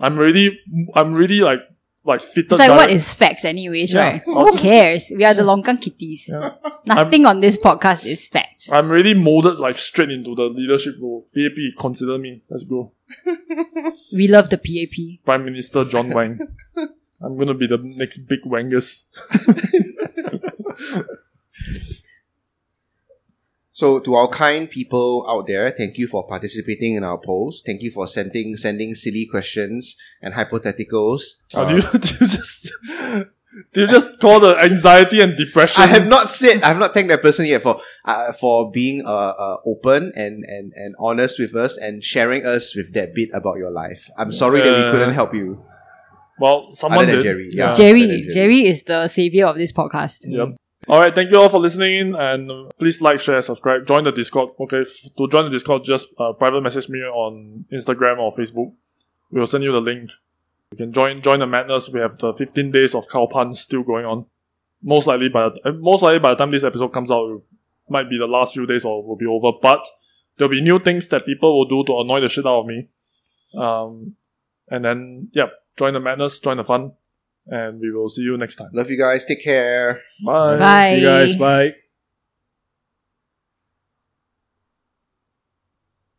S4: I'm really I'm really like like fitted.
S3: It's like, what
S4: direct-
S3: is facts, anyways,
S4: Yeah,
S3: right?
S4: I'll
S3: Who
S4: just-
S3: cares? We are the Longkang kitties.
S4: Yeah.
S3: Nothing on this podcast is facts.
S4: I'm really molded like straight into the leadership role. PAP, consider me. Let's go.
S3: We love the PAP.
S4: Prime Minister John Wang. I'm gonna be the next big Wangus.
S2: So to our kind people out there, thank you for participating in our polls. Thank you for sending sending silly questions and hypotheticals.
S4: Or
S2: Uh,
S4: do, you, do you just do you just call the anxiety and depression?
S2: I have not said I have not thanked that person yet for uh, for being uh, uh, open and, and and honest with us and sharing us with that bit about your life. I'm sorry that we
S4: Yeah.
S2: couldn't help you.
S4: Well, someone
S2: than
S4: did.
S2: Jerry, yeah.
S3: Jerry,
S2: better than
S3: Jerry, is the savior of this podcast.
S4: Yep. All right. Thank you all for listening in, and uh, please like, share, subscribe, join the Discord. Okay, f- to join the Discord, just uh, private message me on Instagram or Facebook. We will send you the link. You can join join the madness. We have the 15 days of cow pun still going on. Most likely by the, uh, most likely by the time this episode comes out, it might be the last few days or will be over. But there'll be new things that people will do to annoy the shit out of me. Um, and then yeah, join the madness, join the fun, and we will see you next time.
S2: Love you guys. Take care.
S1: Alright,
S3: Bye.
S1: See you guys. Bye.